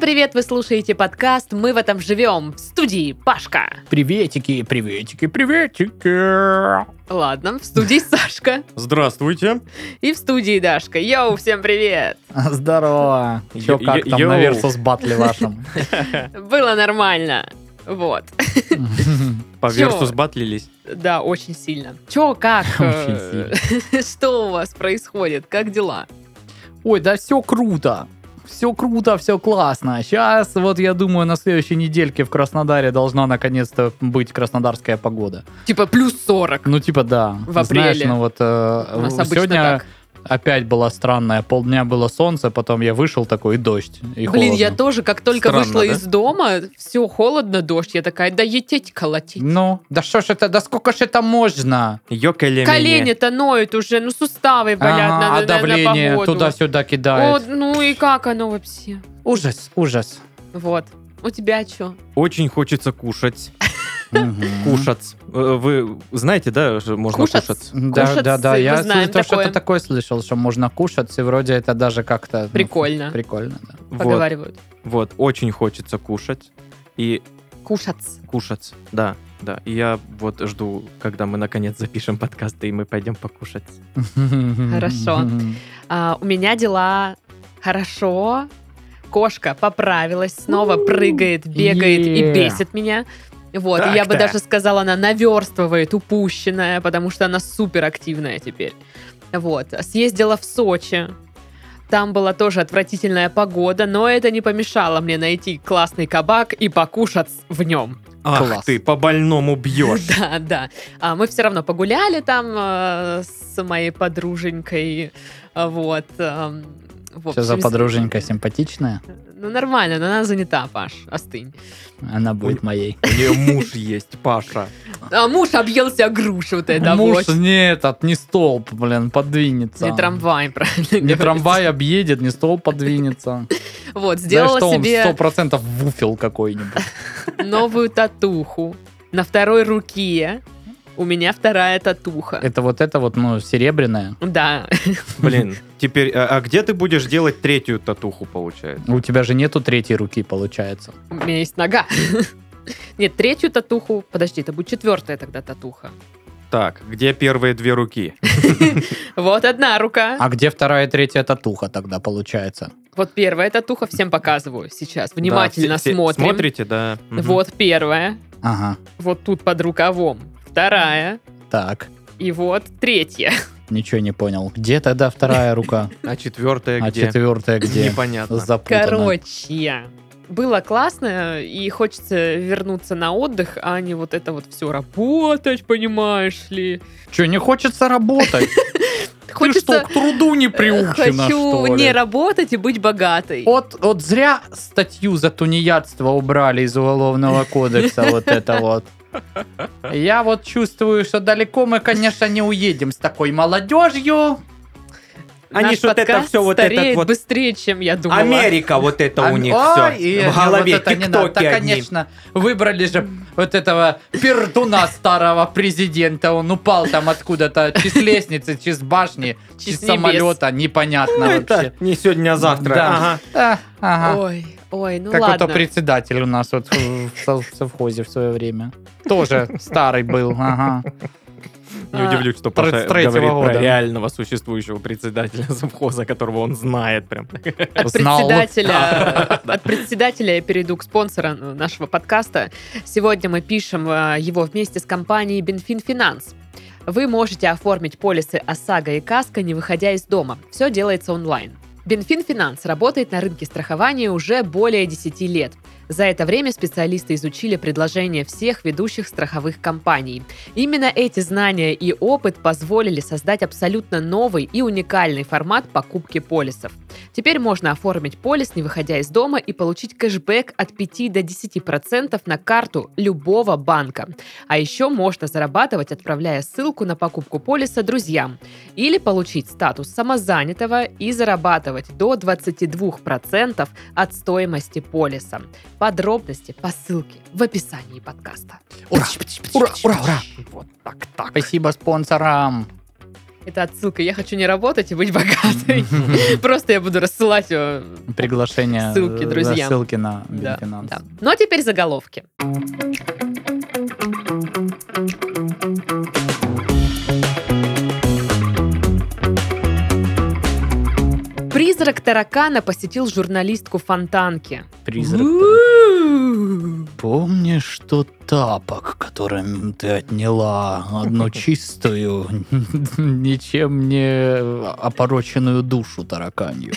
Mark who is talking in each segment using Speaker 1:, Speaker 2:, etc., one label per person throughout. Speaker 1: Привет, вы слушаете подкаст «Мы в этом живем» в студии Пашка.
Speaker 2: Приветики, приветики, приветики.
Speaker 1: Ладно, в студии Сашка
Speaker 3: Здравствуйте.
Speaker 1: и в студии Дашка. Йоу, всем привет!
Speaker 2: Здорово. Че,
Speaker 3: Ё-
Speaker 2: как
Speaker 3: ё-
Speaker 2: там
Speaker 3: йоу.
Speaker 2: на Версус батле вашем?
Speaker 1: Было нормально. Вот.
Speaker 3: По
Speaker 1: Всё.
Speaker 3: версу сбатлились.
Speaker 1: Да, очень сильно. Чё, как? э, Что у вас происходит? Как дела?
Speaker 2: Ой, да все круто. Все круто, все классно. Сейчас, вот я думаю, на следующей недельке в Краснодаре должна наконец-то быть краснодарская погода.
Speaker 1: Типа плюс 40.
Speaker 2: Ну, типа, да.
Speaker 1: В
Speaker 2: Знаешь,
Speaker 1: апреле.
Speaker 2: ну вот
Speaker 1: У нас
Speaker 2: э,
Speaker 1: обычно
Speaker 2: сегодня
Speaker 1: так.
Speaker 2: опять была странная. Полдня было солнце, потом я вышел такой, и дождь,
Speaker 1: Блин,
Speaker 2: и холодно.
Speaker 1: я тоже, как только
Speaker 3: Странно,
Speaker 1: вышла
Speaker 3: да?
Speaker 1: из дома, все холодно, дождь. Я такая, да ететь колотить.
Speaker 2: Ну, да что ж это, да сколько ж это можно?
Speaker 3: Йокелемени.
Speaker 1: Колени-то ноют уже, ну суставы болят
Speaker 2: Ага,
Speaker 1: на- на,
Speaker 2: а
Speaker 1: на-
Speaker 2: давление
Speaker 1: на погоду.
Speaker 2: туда-сюда
Speaker 1: О,
Speaker 2: кидает.
Speaker 1: ну и как оно вообще?
Speaker 2: Ужас, ужас.
Speaker 1: Вот. У тебя что?
Speaker 3: Очень хочется кушать.
Speaker 2: Кушать.
Speaker 3: Кушать. Э, Вы знаете, да, что можно
Speaker 1: Кушать?
Speaker 3: кушать?
Speaker 2: Да,
Speaker 1: Кушать,
Speaker 2: да, да.
Speaker 1: мы
Speaker 2: Я
Speaker 1: знаем
Speaker 2: слышал,
Speaker 1: такое.
Speaker 2: что-то такое слышал, что можно кушать, и вроде это даже как-то... ну,
Speaker 1: Прикольно.
Speaker 2: Прикольно, да.
Speaker 3: Вот,
Speaker 1: Поговаривают.
Speaker 3: вот, очень хочется кушать. И
Speaker 1: Кушаться.
Speaker 3: кушать, да, да. И я вот жду, когда мы наконец запишем подкаст, и мы пойдем покушать.
Speaker 1: Хорошо. А, у меня дела хорошо. Кошка поправилась, снова прыгает, бегает и
Speaker 2: е.
Speaker 1: бесит меня. Вот, и я бы
Speaker 3: Так-то.
Speaker 1: даже сказала, она наверстывает упущенное, потому что она суперактивная теперь. Вот, съездила в Сочи. Там была тоже отвратительная погода, но это не помешало мне найти классный кабак и покушать в нем.
Speaker 3: Ах
Speaker 2: Класс.
Speaker 3: ты, по-больному бьешь.
Speaker 1: Да, да. А мы все равно погуляли там э, с моей подруженькой. а, Вот. эм, в
Speaker 2: Что за
Speaker 1: общем,
Speaker 2: подруженька симпатичная?
Speaker 1: Ну, нормально, но она занята, Паш, остынь.
Speaker 2: Она будет моей.
Speaker 3: У нее муж есть, Паша.
Speaker 1: А муж объелся груш вот это
Speaker 2: Муж
Speaker 1: вот.
Speaker 2: не этот, не столб, блин, подвинется.
Speaker 1: Не трамвай, правильно
Speaker 2: Не
Speaker 1: говорится.
Speaker 2: трамвай объедет, не столб подвинется.
Speaker 1: Вот,
Speaker 2: Знаешь,
Speaker 1: сделала
Speaker 2: что он сто
Speaker 1: себе
Speaker 2: процентов вуфел какой-нибудь.
Speaker 1: новую татуху на второй руке. У меня вторая татуха.
Speaker 2: Это вот это вот, ну, серебряное.
Speaker 1: Да,
Speaker 3: Блин, теперь, а а где ты будешь делать третью татуху, получается?
Speaker 2: У тебя же нету третьей руки, получается.
Speaker 1: у меня есть нога. Нет, третью татуху. Подожди, это будет четвертая тогда татуха.
Speaker 3: Так, где первые две руки?
Speaker 1: Вот одна рука.
Speaker 2: А где вторая и третья татуха тогда получается?
Speaker 1: Вот первая татуха, всем показываю сейчас. Внимательно
Speaker 3: Да, все- все
Speaker 1: смотрим.
Speaker 3: Смотрите, да. Мгм.
Speaker 1: Вот первая,
Speaker 2: Ага,
Speaker 1: вот тут под рукавом. Вторая,
Speaker 2: так,
Speaker 1: и вот третья.
Speaker 2: ничего не понял. Где тогда вторая рука?
Speaker 3: А четвертая
Speaker 2: А
Speaker 3: где?
Speaker 2: четвертая где?
Speaker 3: Непонятно.
Speaker 2: Запутано.
Speaker 1: Короче, было классно, и хочется вернуться на отдых, а не вот это вот все работать, понимаешь ли.
Speaker 2: Че, не хочется работать? Ты что,
Speaker 1: Хочется...
Speaker 2: к труду не
Speaker 1: э,
Speaker 2: приучена,
Speaker 1: Хочу
Speaker 2: что ли?
Speaker 1: не работать и быть богатой.
Speaker 2: Вот, вот зря статью за тунеядство убрали из Уголовного кодекса, вот это вот. Я вот чувствую, что далеко мы, конечно, не уедем с такой молодежью.
Speaker 3: Они
Speaker 1: Наш
Speaker 3: ж вот это
Speaker 1: подкаст
Speaker 3: всё вот этот
Speaker 1: стареет
Speaker 3: вот-
Speaker 1: быстрее, чем я думала.
Speaker 3: Америка, вот это
Speaker 2: А,
Speaker 3: у них
Speaker 2: ой,
Speaker 3: все.
Speaker 2: и
Speaker 3: В голове
Speaker 2: вот это не надо.
Speaker 3: тиктоки
Speaker 2: Да,
Speaker 3: одни.
Speaker 2: конечно, выбрали же вот этого пердуна старого президента. Он упал там откуда-то, чи с лестницы, чи с башни, чи
Speaker 1: Чи с
Speaker 2: с самолета. Непонятно
Speaker 3: Ну,
Speaker 2: вообще.
Speaker 3: это не сегодня, а завтра.
Speaker 2: Да.
Speaker 3: Ага.
Speaker 2: А, ага.
Speaker 1: Ой, ой, ну
Speaker 2: Какой-то
Speaker 1: ладно.
Speaker 2: председатель у нас вот в со- в совхозе в свое время. Тоже старый был, ага.
Speaker 3: Не
Speaker 1: А,
Speaker 3: удивлюсь, что Паша
Speaker 2: 33-го
Speaker 3: говорит
Speaker 2: года.
Speaker 3: про реального существующего председателя совхоза, которого он знает прям.
Speaker 1: От
Speaker 2: Знал.
Speaker 1: председателя, от председателя я перейду к спонсору нашего подкаста. Сегодня мы пишем э, его вместе с компанией Бенфин Финанс. Вы можете оформить полисы ОСАГО и КАСКО, не выходя из дома. Все делается онлайн. Бенфин Финанс работает на рынке страхования уже более 10 лет. За это время специалисты изучили предложения всех ведущих страховых компаний. Именно эти знания и опыт позволили создать абсолютно новый и уникальный формат покупки полисов. Теперь можно оформить полис, не выходя из дома, и получить кэшбэк от 5 до 10% на карту любого банка. А еще можно зарабатывать, отправляя ссылку на покупку полиса друзьям. Или получить статус самозанятого и зарабатывать до 22% от стоимости полиса. Подробности по ссылке в описании подкаста.
Speaker 2: Ура, ура, ура. Спасибо спонсорам.
Speaker 1: Это отсылка. Я хочу не работать и быть богатой. Просто я буду рассылать э,
Speaker 2: Приглашение.
Speaker 1: Ссылки
Speaker 2: э,
Speaker 1: друзьям.
Speaker 2: Ссылки на
Speaker 1: Да,
Speaker 2: Бинфинанс.
Speaker 1: да. Ну а теперь заголовки. Призрак таракана посетил журналистку Фонтанки.
Speaker 2: Призрак.
Speaker 1: У-у-у.
Speaker 2: Помнишь тот тапок, которым ты отняла одну чистую, ничем не опороченную душу тараканью?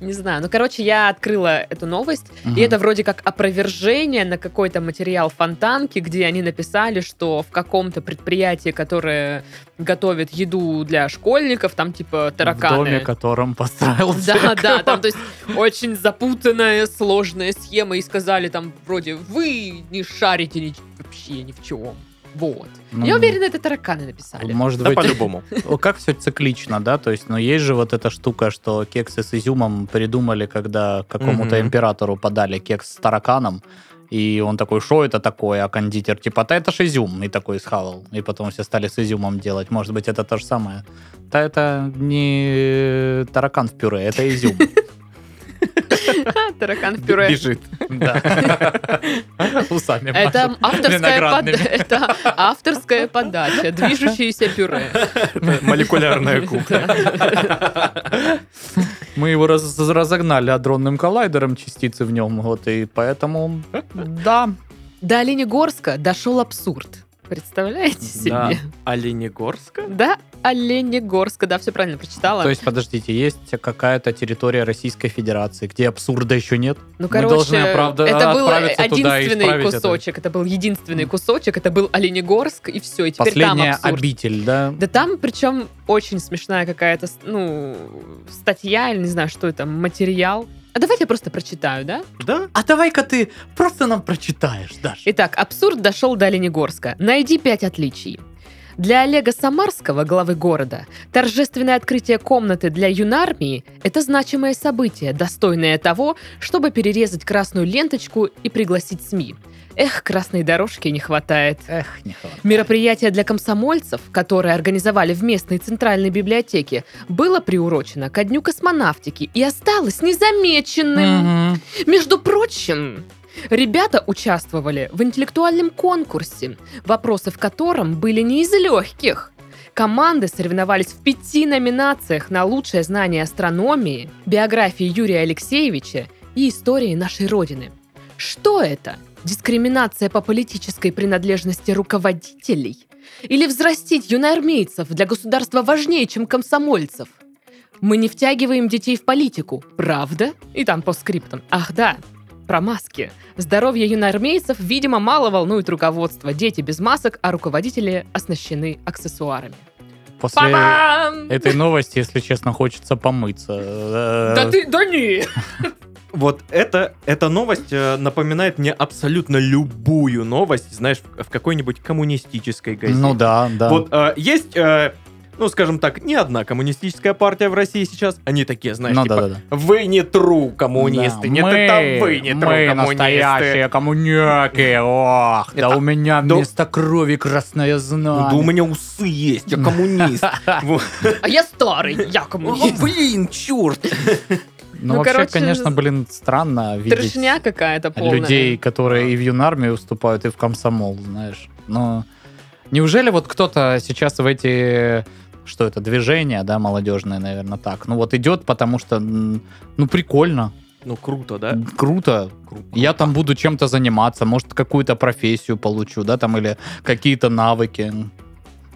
Speaker 1: Не знаю. Ну, короче, я открыла эту новость,
Speaker 2: Мгм.
Speaker 1: и это вроде как опровержение на какой-то материал Фонтанки, где они написали, что в каком-то предприятии, которое готовит еду для школьников, там типа тараканы.
Speaker 2: В доме, котором построился.
Speaker 1: Да, да, там, то есть, очень запутанная, сложная схема, и сказали там, вроде, вы не шарите ни- вообще ни в чем. Вот.
Speaker 2: Ну,
Speaker 1: Я уверена, это тараканы написали.
Speaker 2: Может
Speaker 3: Да
Speaker 2: быть,
Speaker 3: по-любому.
Speaker 2: О, Как все циклично, да? То есть, ну, есть же вот эта штука, что кексы с изюмом придумали, когда какому-то
Speaker 3: Мгм.
Speaker 2: императору подали кекс с тараканом, и он такой, что это такое? А кондитер типа, да это ж изюм, и такой схавал. И потом все стали с изюмом делать. Может быть, это то же самое. Да это не таракан в пюре, это изюм. Ну,
Speaker 1: Ха, Таракан в пюре.
Speaker 3: Бежит.
Speaker 2: Да. Усами машет.
Speaker 1: Это авторская, под-
Speaker 2: виноградными.
Speaker 1: это авторская подача, движущееся пюре.
Speaker 3: Это Молекулярная кухня.
Speaker 2: Мы его раз- разогнали адронным коллайдером частицы в нем, вот, и поэтому, да,
Speaker 1: До Оленегорска дошел абсурд. Представляете
Speaker 2: Да.
Speaker 1: себе?
Speaker 3: Оленегорска?
Speaker 1: Да, Оленегорска, да, все правильно прочитала.
Speaker 2: То есть, подождите, есть какая-то территория Российской Федерации, где абсурда еще нет?
Speaker 1: Ну,
Speaker 2: Мы
Speaker 1: короче,
Speaker 2: должны оправда-
Speaker 1: это был
Speaker 2: отправиться туда и
Speaker 1: единственный
Speaker 2: исправить это.
Speaker 1: кусочек. Это. был единственный
Speaker 2: М.
Speaker 1: кусочек. Это был Оленегорск, и все. И теперь там
Speaker 2: Последняя
Speaker 1: абсурд.
Speaker 2: обитель, да?
Speaker 1: Да там, причем, очень смешная какая-то, с- ну, статья, или не знаю, что это, материал. А давайте я просто прочитаю, да?
Speaker 3: Да.
Speaker 2: А давай-ка ты просто нам прочитаешь, Даша.
Speaker 1: Итак, абсурд дошел до Оленегорска. Найди пять отличий. Для Олега Самарского, главы города, торжественное открытие комнаты для юнармии – это значимое событие, достойное того, чтобы перерезать красную ленточку и пригласить СМИ. Эх, красной дорожки не хватает.
Speaker 2: Эх, не хватает.
Speaker 1: Мероприятие для комсомольцев, которое организовали в местной центральной библиотеке, было приурочено ко дню космонавтики и осталось незамеченным.
Speaker 2: Мгм.
Speaker 1: Между прочим, ребята участвовали в интеллектуальном конкурсе, вопросы в котором были не из легких. Команды соревновались в пяти номинациях на лучшее знание астрономии, биографии Юрия Алексеевича и истории нашей Родины. Что это? Дискриминация по политической принадлежности руководителей? Или взрастить юноармейцев для государства важнее, чем комсомольцев? Мы не втягиваем детей в политику, правда? И там по скриптам. Ах да, про маски. Здоровье юноармейцев, видимо, мало волнует руководство. Дети без масок, а руководители оснащены аксессуарами.
Speaker 2: После
Speaker 1: Па-бам!
Speaker 2: этой новости, если честно, хочется помыться.
Speaker 1: Да ты, да не!
Speaker 3: Вот это, эта новость э, напоминает мне абсолютно любую новость, знаешь, в в какой-нибудь коммунистической газете.
Speaker 2: Ну да, да.
Speaker 3: Вот э, есть, э, ну скажем так, не одна коммунистическая партия в России сейчас. Они такие, знаешь,
Speaker 2: Ну
Speaker 3: типа,
Speaker 2: да, да, да.
Speaker 3: вы не тру коммунисты,
Speaker 2: Да.
Speaker 3: нет,
Speaker 2: мы,
Speaker 3: это вы не тру
Speaker 2: мы
Speaker 3: коммунисты.
Speaker 2: настоящие коммуняки, ох, да
Speaker 3: Это-
Speaker 2: у меня
Speaker 3: да-
Speaker 2: вместо крови красное знамя.
Speaker 3: Ну, Да у меня усы есть, я коммунист. Вот.
Speaker 1: А я старый, я
Speaker 3: О,
Speaker 1: коммунист.
Speaker 3: Ну, а Блин, черт.
Speaker 2: Ну,
Speaker 1: Ну,
Speaker 2: вообще,
Speaker 1: короче,
Speaker 2: конечно, блин, странно видеть.
Speaker 1: Трешня какая-то полная.
Speaker 2: людей, которые и в юнармию вступают, и в комсомол, знаешь. Но неужели вот кто-то сейчас в эти что это, движения, да, молодежные, наверное, так. Ну вот идет, потому что, м, ну прикольно,
Speaker 3: Ну круто, да?
Speaker 2: круто. Я там буду чем-то заниматься, может какую-то профессию получу, да, там или какие-то навыки.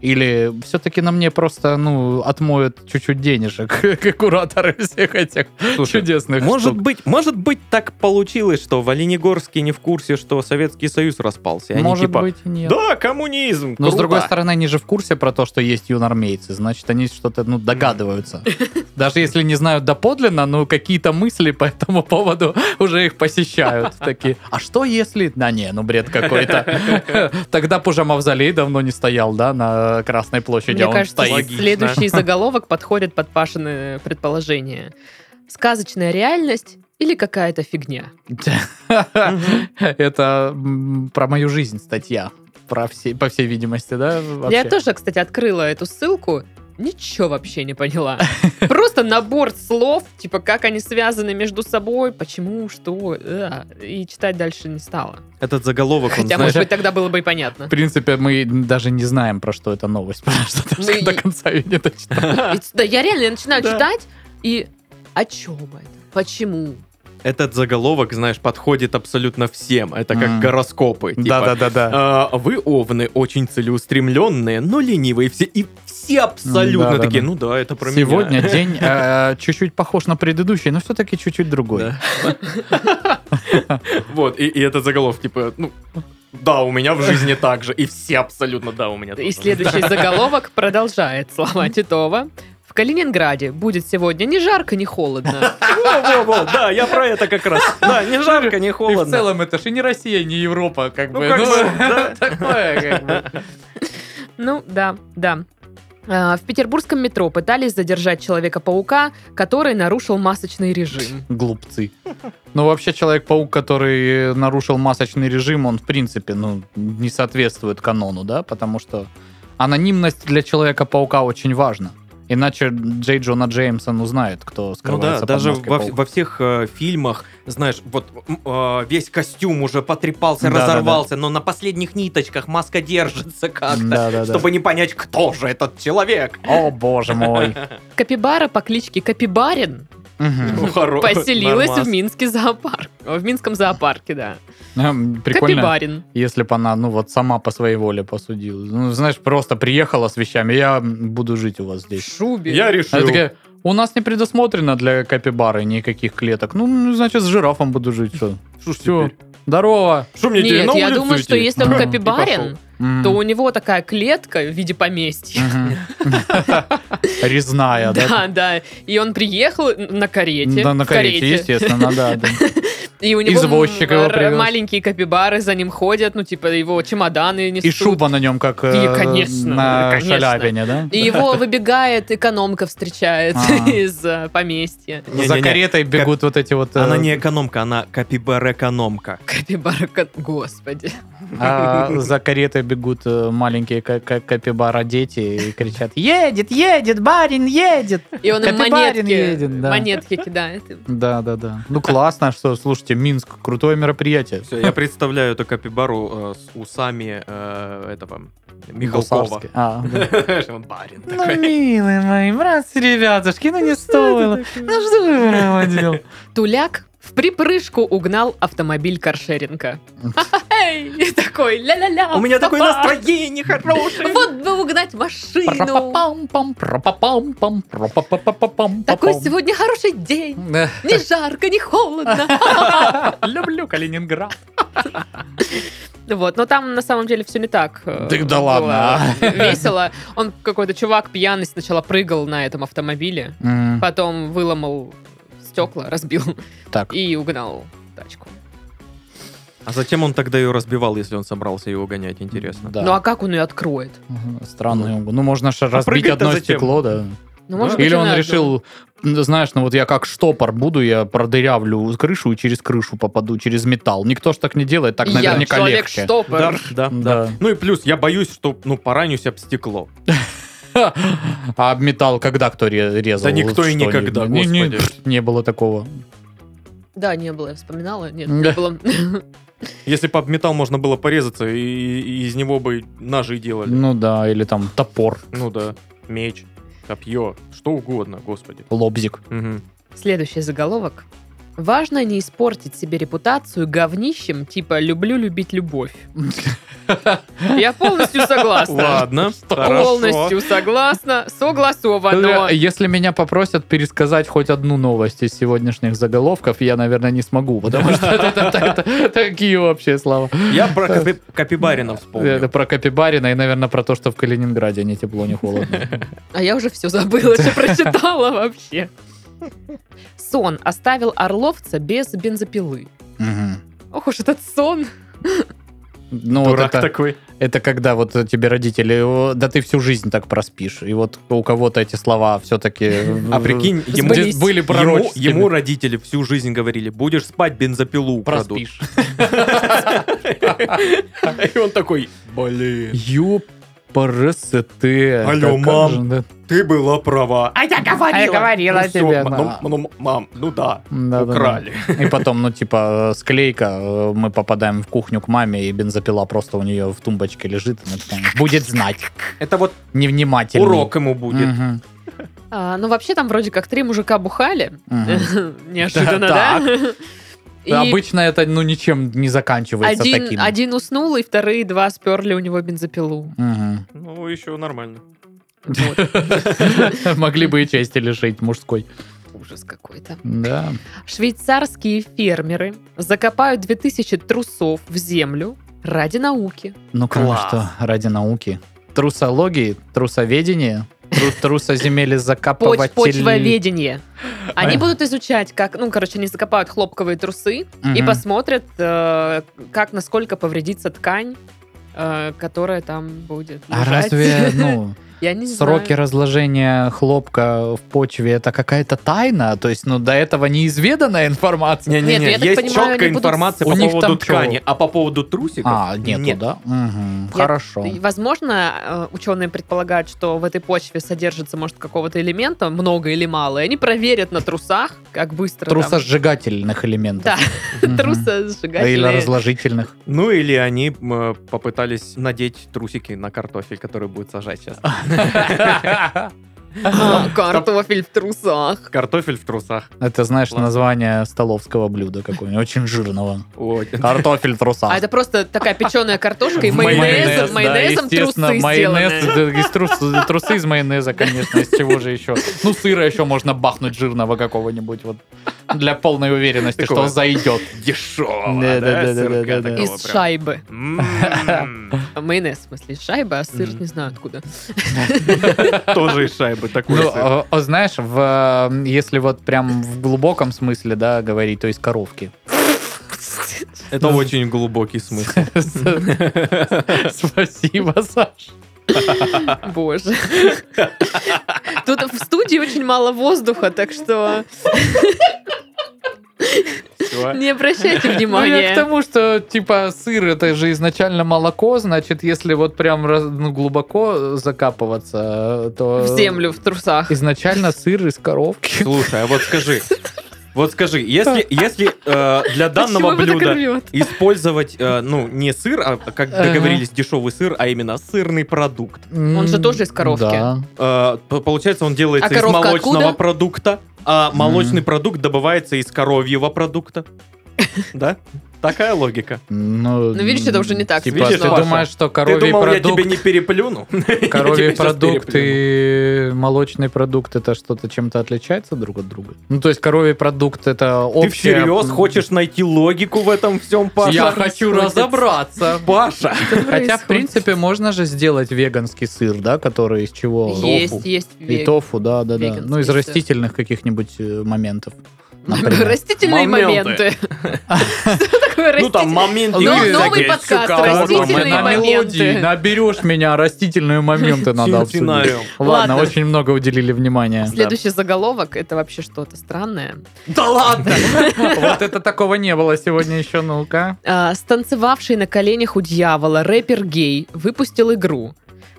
Speaker 2: Или все-таки на мне просто, ну, отмоют чуть-чуть денежек кураторы всех этих
Speaker 3: Слушай,
Speaker 2: чудесных
Speaker 3: Может
Speaker 2: штук.
Speaker 3: быть, может быть, так получилось, что в Оленегорске не в курсе, что Советский Союз распался. и Они
Speaker 2: Может
Speaker 3: типа, Ну,
Speaker 2: быть, и нет.
Speaker 3: да, коммунизм,
Speaker 2: Но с
Speaker 3: круто».
Speaker 2: другой стороны, они же в курсе про то, что есть юнормейцы, значит, они что-то ну, догадываются. Даже если не знают доподлинно, но какие-то мысли по этому поводу уже их посещают. Такие, а что если... Да не, ну бред какой-то. Тогда б уже Мавзолей давно не стоял, да, на Красной площади,
Speaker 1: Мне
Speaker 2: а он
Speaker 1: кажется,
Speaker 2: стоит.
Speaker 3: логично.
Speaker 1: следующий заголовок подходит под Пашины предположение. Сказочная реальность или какая-то фигня?
Speaker 3: Мгм.
Speaker 2: Это м, про мою жизнь статья. Про все, по всей видимости, да? вообще?
Speaker 1: Я тоже, кстати, открыла эту ссылку ничего вообще не поняла. Просто набор слов, типа, как они связаны между собой, почему, что, э, и читать дальше не стала.
Speaker 3: Этот заголовок, он,
Speaker 1: Хотя,
Speaker 3: знаешь,
Speaker 1: может быть, тогда было бы и понятно.
Speaker 2: В принципе, мы даже не знаем, про что эта новость, потому что
Speaker 3: Ну
Speaker 2: даже
Speaker 1: Мы-
Speaker 2: до конца ее не дочитали.
Speaker 1: Ведь, да, я реально начинаю
Speaker 3: Да.
Speaker 1: читать, и о чем это? Почему?
Speaker 3: этот заголовок, знаешь, подходит абсолютно всем. Это как
Speaker 2: Мгм.
Speaker 3: гороскопы. типа,
Speaker 2: Да-да-да-да.
Speaker 3: «А, вы овны очень целеустремленные, но ленивые все. И все абсолютно
Speaker 2: Да-да-да.
Speaker 3: такие, ну да, это про
Speaker 2: Сегодня
Speaker 3: меня.
Speaker 2: день э, чуть-чуть похож на предыдущий, но все-таки чуть-чуть другой.
Speaker 3: Вот, и, и этот заголовок, типа, ну, да, у меня в жизни так же. И все абсолютно, да, у меня
Speaker 1: И
Speaker 3: тоже».
Speaker 1: следующий заголовок продолжает слова Титова. В Калининграде будет сегодня ни жарко, ни холодно.
Speaker 3: Во-во-во, да, я про это как раз. Да, не жарко, не
Speaker 2: И
Speaker 3: холодно.
Speaker 2: в целом это же не Россия, не Европа, как
Speaker 3: Ну,
Speaker 2: бы.
Speaker 3: как
Speaker 2: ну,
Speaker 3: бы, да.
Speaker 2: такое, как бы.
Speaker 1: Ну, да, да. А, В петербургском метро пытались задержать Человека-паука, который нарушил масочный режим.
Speaker 2: Глупцы. Ну, вообще, Человек-паук, который нарушил масочный режим, он, в принципе, ну, не соответствует канону, да, потому что анонимность для Человека-паука очень важна. Иначе Джей Джона Джеймсон узнает, кто
Speaker 3: Ну
Speaker 2: скрывается
Speaker 3: да,
Speaker 2: под
Speaker 3: даже
Speaker 2: маской
Speaker 3: во,
Speaker 2: паука.
Speaker 3: во всех э, фильмах, знаешь, вот м, э, весь костюм уже потрепался,
Speaker 2: Да-да-да.
Speaker 3: разорвался, но на последних ниточках маска держится как-то,
Speaker 2: Да-да-да.
Speaker 3: чтобы не понять, кто же этот человек.
Speaker 2: О, боже мой.
Speaker 1: Капибара по кличке Капибарин
Speaker 2: Мгм.
Speaker 1: поселилась в
Speaker 3: Ну, Нормас.
Speaker 1: Минске зоопарк. В Минском зоопарке, да.
Speaker 2: Эм, Прикольно.
Speaker 1: Капибарин.
Speaker 2: Если бы она, ну вот, сама по своей воле посудила. Ну, знаешь, просто приехала с вещами, я м, буду жить у вас
Speaker 1: В
Speaker 2: здесь.
Speaker 1: шубе.
Speaker 3: Я
Speaker 2: Она
Speaker 3: решил.
Speaker 2: такая, у нас не предусмотрено для капибары никаких клеток. Ну, Ну, значит, с жирафом буду жить. Что?
Speaker 3: Что ж
Speaker 2: Все.
Speaker 3: теперь?
Speaker 2: Здорово.
Speaker 3: Что мне теперь,
Speaker 1: Нет,
Speaker 3: на
Speaker 1: я
Speaker 3: улицу
Speaker 1: думаю, что
Speaker 3: идти?
Speaker 1: если он
Speaker 2: Да.
Speaker 1: капибарин,
Speaker 2: М.
Speaker 1: то у него такая клетка в виде поместья.
Speaker 2: Мгм. Резная, а да?
Speaker 1: Да, да. И он приехал на карете.
Speaker 2: Да, на
Speaker 1: в
Speaker 2: карете, естественно, да. да.
Speaker 1: И у него
Speaker 2: Извозчик его
Speaker 1: м, р-
Speaker 2: привез.
Speaker 1: маленькие капибары за ним ходят, ну, типа, его чемоданы несут.
Speaker 2: И шуба на нем, как э,
Speaker 1: И, конечно,
Speaker 2: на
Speaker 1: конечно.
Speaker 2: шаляпине, да? А.
Speaker 1: И его выбегает экономка встречает
Speaker 2: Ага.
Speaker 1: из э, поместья.
Speaker 2: За
Speaker 3: Не-не-не.
Speaker 2: каретой бегут вот эти вот... э,
Speaker 3: Она не экономка, она капибар-экономка.
Speaker 1: Капибара, ко- господи.
Speaker 2: А за каретой бегут э, маленькие ка- ка- капибара дети и кричат «Едет, едет, барин, едет!»
Speaker 1: И он им
Speaker 2: Капибарин
Speaker 1: монетки,
Speaker 2: едет, да.
Speaker 1: монетки кидает. им.
Speaker 2: Да, да, да. Ну классно, что, слушайте, Минск, крутое мероприятие.
Speaker 3: Все, я представляю эту капибару э, с усами э, этого Михалкова.
Speaker 2: Гусарский. А, да.
Speaker 3: Он барин
Speaker 2: Ну,
Speaker 3: такой.
Speaker 2: милые мои, братцы, ребятушки, ну не стоило. Ну что ты проводил?
Speaker 1: Туляк в припрыжку угнал автомобиль каршеринга. Эй, и такой, ля-ля-ля.
Speaker 3: У меня такое
Speaker 1: папа,
Speaker 3: настроение хорошее.
Speaker 1: Вот бы угнать машину.
Speaker 2: Пра-па-пам-пам, пра-па-пам-пам, пра-па-па-па-пам,
Speaker 1: Такой
Speaker 2: па-пам.
Speaker 1: сегодня хороший день.
Speaker 2: Да.
Speaker 1: Ни жарко, ни холодно.
Speaker 2: Люблю Калининград.
Speaker 1: Вот, но там на самом деле все не так. э,
Speaker 2: Да- да
Speaker 1: было
Speaker 2: ладно, а?
Speaker 1: Весело. Он какой-то чувак пьяный сначала прыгал на этом автомобиле,
Speaker 2: М,
Speaker 1: потом выломал стекла, разбил
Speaker 2: Так,
Speaker 1: и угнал тачку.
Speaker 3: А зачем он тогда ее разбивал, если он собрался его гонять,
Speaker 1: Ну
Speaker 3: интересно?
Speaker 2: да.
Speaker 1: а как он ее откроет?
Speaker 2: Мгм, Странный угол. Ну можно же разбить
Speaker 3: прыгать-то
Speaker 2: одно
Speaker 3: зачем?
Speaker 2: стекло, да.
Speaker 1: Ну,
Speaker 3: Да.
Speaker 1: может быть,
Speaker 2: Или он
Speaker 1: она-
Speaker 2: решил, ну, знаешь, ну вот я как штопор буду, я продырявлю крышу и через крышу попаду, через металл. Никто ж так не делает, так
Speaker 1: Я
Speaker 2: наверняка
Speaker 1: человек
Speaker 2: легче.
Speaker 1: штопор.
Speaker 3: да,
Speaker 2: Да.
Speaker 3: Ну и плюс, я боюсь, что, ну, поранюсь об стекло.
Speaker 2: А об металл когда кто ре- резал?
Speaker 3: Да никто и
Speaker 2: Что,
Speaker 3: никогда,
Speaker 2: не, не-
Speaker 3: господи.
Speaker 2: не было такого.
Speaker 1: Да, не было, я вспоминала. Нет,
Speaker 2: Да.
Speaker 1: не было.
Speaker 3: Если бы об металл можно было порезаться, и, и из него бы ножи делали.
Speaker 2: Ну да, или там топор,
Speaker 3: Ну да, меч, копье, что угодно, господи.
Speaker 2: лобзик.
Speaker 3: Мгм.
Speaker 1: Следующий заголовок. Важно не испортить себе репутацию говнищем, типа «люблю любить любовь». Я полностью согласна.
Speaker 3: Ладно, хорошо.
Speaker 1: Полностью согласна, согласовано.
Speaker 2: Бля, Э, Если меня попросят пересказать хоть одну новость из сегодняшних заголовков, я, наверное, не смогу, потому что это- это- это такие вообще слова.
Speaker 3: Я про капи- капибарина
Speaker 2: Это
Speaker 3: вспомнил.
Speaker 2: про Капибарина и, наверное, про то, что в Калининграде не тепло, не холодно.
Speaker 1: А я уже все забыла, что прочитала вообще. Сон оставил орловца без бензопилы. Ох уж этот сон.
Speaker 2: Ну, вот
Speaker 3: Дурак
Speaker 2: это,
Speaker 3: такой.
Speaker 2: это когда вот тебе родители, «О, да ты всю жизнь так проспишь. И вот у кого-то эти слова все-таки...
Speaker 3: А прикинь, ему,
Speaker 1: Сбылись.
Speaker 2: были
Speaker 3: ему,
Speaker 2: пророческими.
Speaker 3: ему родители всю жизнь говорили, будешь спать, бензопилу украдут.
Speaker 2: проспишь.
Speaker 3: И он такой, блин.
Speaker 2: Ёп ПРСТ.
Speaker 3: Алло,
Speaker 2: Так,
Speaker 3: мам.
Speaker 2: же, да.
Speaker 3: Ты была права. А я говорила.
Speaker 1: А я говорила
Speaker 3: Ну всё,
Speaker 2: тебе,
Speaker 3: м-
Speaker 2: да.
Speaker 3: ну, ну, мам, ну да,
Speaker 2: Да, да, да.
Speaker 3: украли.
Speaker 2: И потом, ну, типа, э, склейка, э, мы попадаем в кухню к маме, и бензопила просто у нее в тумбочке лежит. Она такая, будет знать,
Speaker 3: Это вот
Speaker 2: невнимательный.
Speaker 3: урок ему будет.
Speaker 2: Мгм.
Speaker 1: А, ну, вообще там вроде как три мужика бухали.
Speaker 2: Мгм.
Speaker 1: Неожиданно,
Speaker 2: Да,
Speaker 1: да? И
Speaker 2: Обычно это, ну, ничем не заканчивается
Speaker 1: один,
Speaker 2: таким.
Speaker 1: один уснул, и вторые два сперли у него бензопилу.
Speaker 2: Мгм.
Speaker 3: Ну, еще нормально.
Speaker 1: Вот,
Speaker 2: Могли бы и части лишить мужской.
Speaker 1: ужас какой-то.
Speaker 2: Да.
Speaker 1: Швейцарские фермеры закопают 2000 трусов в землю ради науки.
Speaker 2: Ну, кроме
Speaker 3: Класс.
Speaker 2: что, ради науки. Трусологии, трусоведения, тру- трусоземели
Speaker 1: Поч-
Speaker 2: закапывать.
Speaker 1: почвоведение. Они будут изучать, как, ну, короче, они закопают хлопковые трусы и посмотрят, э, как, насколько повредится ткань, э, которая там будет
Speaker 2: А
Speaker 1: лежать.
Speaker 2: разве, ну,
Speaker 1: Я не
Speaker 2: сроки
Speaker 1: знаю.
Speaker 2: разложения хлопка в почве это какая-то тайна? То есть, ну, до этого неизведанная информация.
Speaker 1: Нет, я
Speaker 3: Не-не-не,
Speaker 1: так
Speaker 3: есть
Speaker 1: понимаю, они
Speaker 3: четкая
Speaker 1: будут-
Speaker 3: информация
Speaker 2: У
Speaker 3: по
Speaker 2: них
Speaker 3: поводу
Speaker 2: там чё?
Speaker 3: ткани, а по поводу трусиков
Speaker 2: А, нету, да? Мгм,
Speaker 1: Я-
Speaker 2: Хорошо.
Speaker 1: И, Возможно, э, ученые предполагают, что в этой почве содержится, может, какого-то элемента, много или мало, и они проверят на трусах, как быстро там-
Speaker 2: Трусосжигательных элементов.
Speaker 1: Да,
Speaker 2: Мгм.
Speaker 1: трусосжигательные.
Speaker 2: Или разложительных.
Speaker 3: Ну или они м, попытались надеть трусики на картофель, который будет сажать сейчас.
Speaker 1: А, Картофель в трусах.
Speaker 3: Картофель в трусах.
Speaker 2: Это, знаешь,
Speaker 3: Ладно.
Speaker 2: название столовского блюда какое-нибудь, очень жирного.
Speaker 3: Ой.
Speaker 2: Картофель в трусах.
Speaker 1: А это просто такая печеная картошка и
Speaker 2: В
Speaker 1: майонезом,
Speaker 2: да,
Speaker 1: майонезом
Speaker 2: естественно,
Speaker 1: трусы
Speaker 2: майонез,
Speaker 1: сделаны.
Speaker 2: да, из трус- трусы из майонеза, конечно, из чего же еще. Ну, сыра еще можно бахнуть жирного какого-нибудь, вот, для полной уверенности, что
Speaker 3: Такого.
Speaker 2: он зайдет.
Speaker 3: Дешево, да,
Speaker 2: Да-да-да-да-да-да.
Speaker 3: сырка такого
Speaker 1: Из
Speaker 3: прям. М-м-м.
Speaker 1: шайбы.
Speaker 3: М.
Speaker 1: Майонез, в смысле, из шайбы, а сыр
Speaker 3: Мгм.
Speaker 1: не знаю откуда.
Speaker 3: Тоже из шайбы такой
Speaker 2: Ну,
Speaker 3: сыр.
Speaker 2: а- а знаешь, в, э, если вот прям в глубоком смысле, да, говорить, то есть коровки.
Speaker 3: Это очень глубокий смысл.
Speaker 2: Спасибо, Саш.
Speaker 1: Боже. Тут в студии очень мало воздуха, так что
Speaker 3: Всё.
Speaker 1: не обращайте
Speaker 2: Ну, я к
Speaker 1: внимания.
Speaker 2: тому, что, типа, сыр это же изначально молоко, значит, если вот прям раз- ну, глубоко закапываться, э, то...
Speaker 1: В землю в
Speaker 2: э,
Speaker 1: трусах.
Speaker 2: Изначально сыр из коровки.
Speaker 3: Слушай, а вот скажи, вот скажи, если, если э, для
Speaker 1: Почему
Speaker 3: данного
Speaker 1: его так
Speaker 3: блюда
Speaker 1: рвет?
Speaker 3: использовать, э, ну, не сыр, а как
Speaker 2: Ага.
Speaker 3: договорились, дешевый сыр, а именно сырный продукт,
Speaker 2: Он
Speaker 1: же тоже из коровки.
Speaker 2: Да.
Speaker 3: Э, п- получается, он
Speaker 1: А
Speaker 3: делается из
Speaker 1: коровка
Speaker 3: молочного
Speaker 1: откуда?
Speaker 3: продукта, а
Speaker 2: Мгм.
Speaker 3: молочный продукт добывается из коровьего продукта. Да? Такая логика.
Speaker 2: Ну,
Speaker 1: Ну, видишь, это уже не так
Speaker 2: Типа,
Speaker 3: смешно.
Speaker 2: ты
Speaker 3: Паша,
Speaker 2: думаешь, что
Speaker 3: Ты
Speaker 2: коровий
Speaker 3: думал, я тебя
Speaker 2: продукт,
Speaker 3: не переплюну? Я
Speaker 2: коровий
Speaker 3: тебя щас
Speaker 2: продукт и
Speaker 3: переплюну.
Speaker 2: молочный продукт это что-то чем-то отличается друг от друга? Ну, то есть коровий продукт это
Speaker 3: Ты
Speaker 2: общее...
Speaker 3: всерьез хочешь найти логику в этом всем, Паша?
Speaker 2: Я хочу
Speaker 1: происходит?
Speaker 2: разобраться.
Speaker 3: Паша!
Speaker 2: Хотя, в
Speaker 1: происходит?
Speaker 2: принципе, можно же сделать веганский сыр, да, который из чего?
Speaker 1: Есть,
Speaker 2: Тофу.
Speaker 1: есть
Speaker 2: И
Speaker 1: вег-
Speaker 2: тофу, да, да, да.
Speaker 1: веганский
Speaker 2: Ну, из
Speaker 1: сыр.
Speaker 2: растительных каких-нибудь э, моментов. например.
Speaker 1: растительные
Speaker 3: Моменты.
Speaker 1: моменты. Что такое
Speaker 3: Ну там
Speaker 1: растительные?
Speaker 3: момент.
Speaker 1: Ну,
Speaker 2: новый
Speaker 1: подкаст, растительные
Speaker 2: на
Speaker 1: моменты.
Speaker 2: мелодии наберешь меня, растительные моменты надо обсудить.
Speaker 1: Ладно.
Speaker 2: Ладно, очень много уделили внимания.
Speaker 1: Следующий заголовок это вообще что-то странное.
Speaker 3: Да ладно!
Speaker 2: Вот это такого не было сегодня еще, ну-ка.
Speaker 1: А, Станцевавший на коленях у дьявола рэпер гей выпустил игру.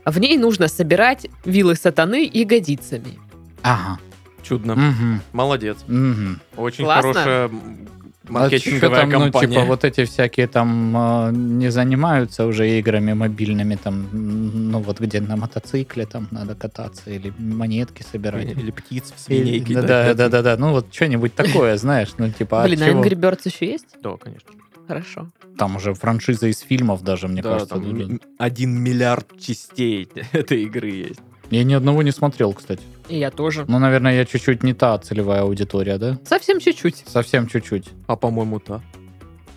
Speaker 1: В ней нужно собирать вилы сатаны ягодицами.
Speaker 2: Ага.
Speaker 3: Чудно.
Speaker 2: Мгм.
Speaker 3: Молодец.
Speaker 2: Мгм.
Speaker 3: Очень
Speaker 1: Классно.
Speaker 3: хорошая м,
Speaker 2: А чё
Speaker 3: маркетинговая
Speaker 2: там, ну,
Speaker 3: компания.
Speaker 2: типа, вот эти всякие там э, не занимаются уже играми мобильными, там, м, ну, вот где на мотоцикле там надо кататься или монетки собирать.
Speaker 3: Или птиц в
Speaker 2: Или-
Speaker 3: свинейке.
Speaker 2: Да, да, да, да. Ну, вот что-нибудь такое, знаешь, ну, типа, от
Speaker 1: Блин, а
Speaker 2: чего?
Speaker 1: Angry Birds еще есть?
Speaker 3: Да, конечно.
Speaker 1: Хорошо.
Speaker 2: Там уже франшиза из фильмов даже, мне
Speaker 3: Да,
Speaker 2: кажется.
Speaker 3: там
Speaker 2: ну,
Speaker 3: м- один миллиард частей этой игры есть.
Speaker 2: Я ни одного не смотрел, кстати.
Speaker 1: И я тоже.
Speaker 2: Ну, наверное, я чуть-чуть не та целевая аудитория, да?
Speaker 1: Совсем чуть-чуть.
Speaker 2: Совсем чуть-чуть.
Speaker 3: А по-моему, да.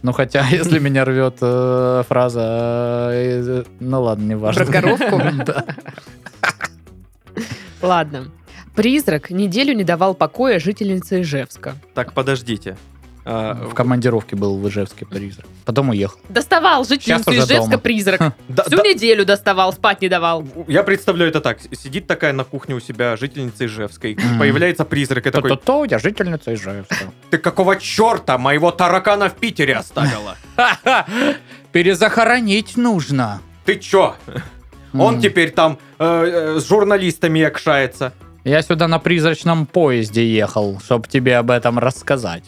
Speaker 2: Ну, хотя, если меня рвет э, фраза... э, ну, ладно, не важно.
Speaker 1: Про коровку? Ладно. Призрак неделю не давал покоя жительнице Ижевска.
Speaker 3: Так, подождите. А,
Speaker 2: В командировке был в Ижевске призрак. Потом уехал.
Speaker 1: Доставал жительницу
Speaker 2: уже
Speaker 1: Ижевска
Speaker 2: дома.
Speaker 1: призрак.
Speaker 3: да-
Speaker 1: Всю
Speaker 3: да-
Speaker 1: неделю доставал, спать не давал.
Speaker 3: я представляю это так. Сидит такая на кухне у себя жительница Ижевской.
Speaker 2: Мгм.
Speaker 3: Появляется призрак и такой,
Speaker 2: То-то-то, я жительница Ижевска.
Speaker 3: ты какого черта моего таракана в Питере оставила?
Speaker 2: Перезахоронить нужно.
Speaker 3: Ты чё? Он
Speaker 2: М.
Speaker 3: теперь там э, э, с журналистами якшается.
Speaker 2: Я сюда на призрачном поезде ехал, чтобы тебе об этом рассказать.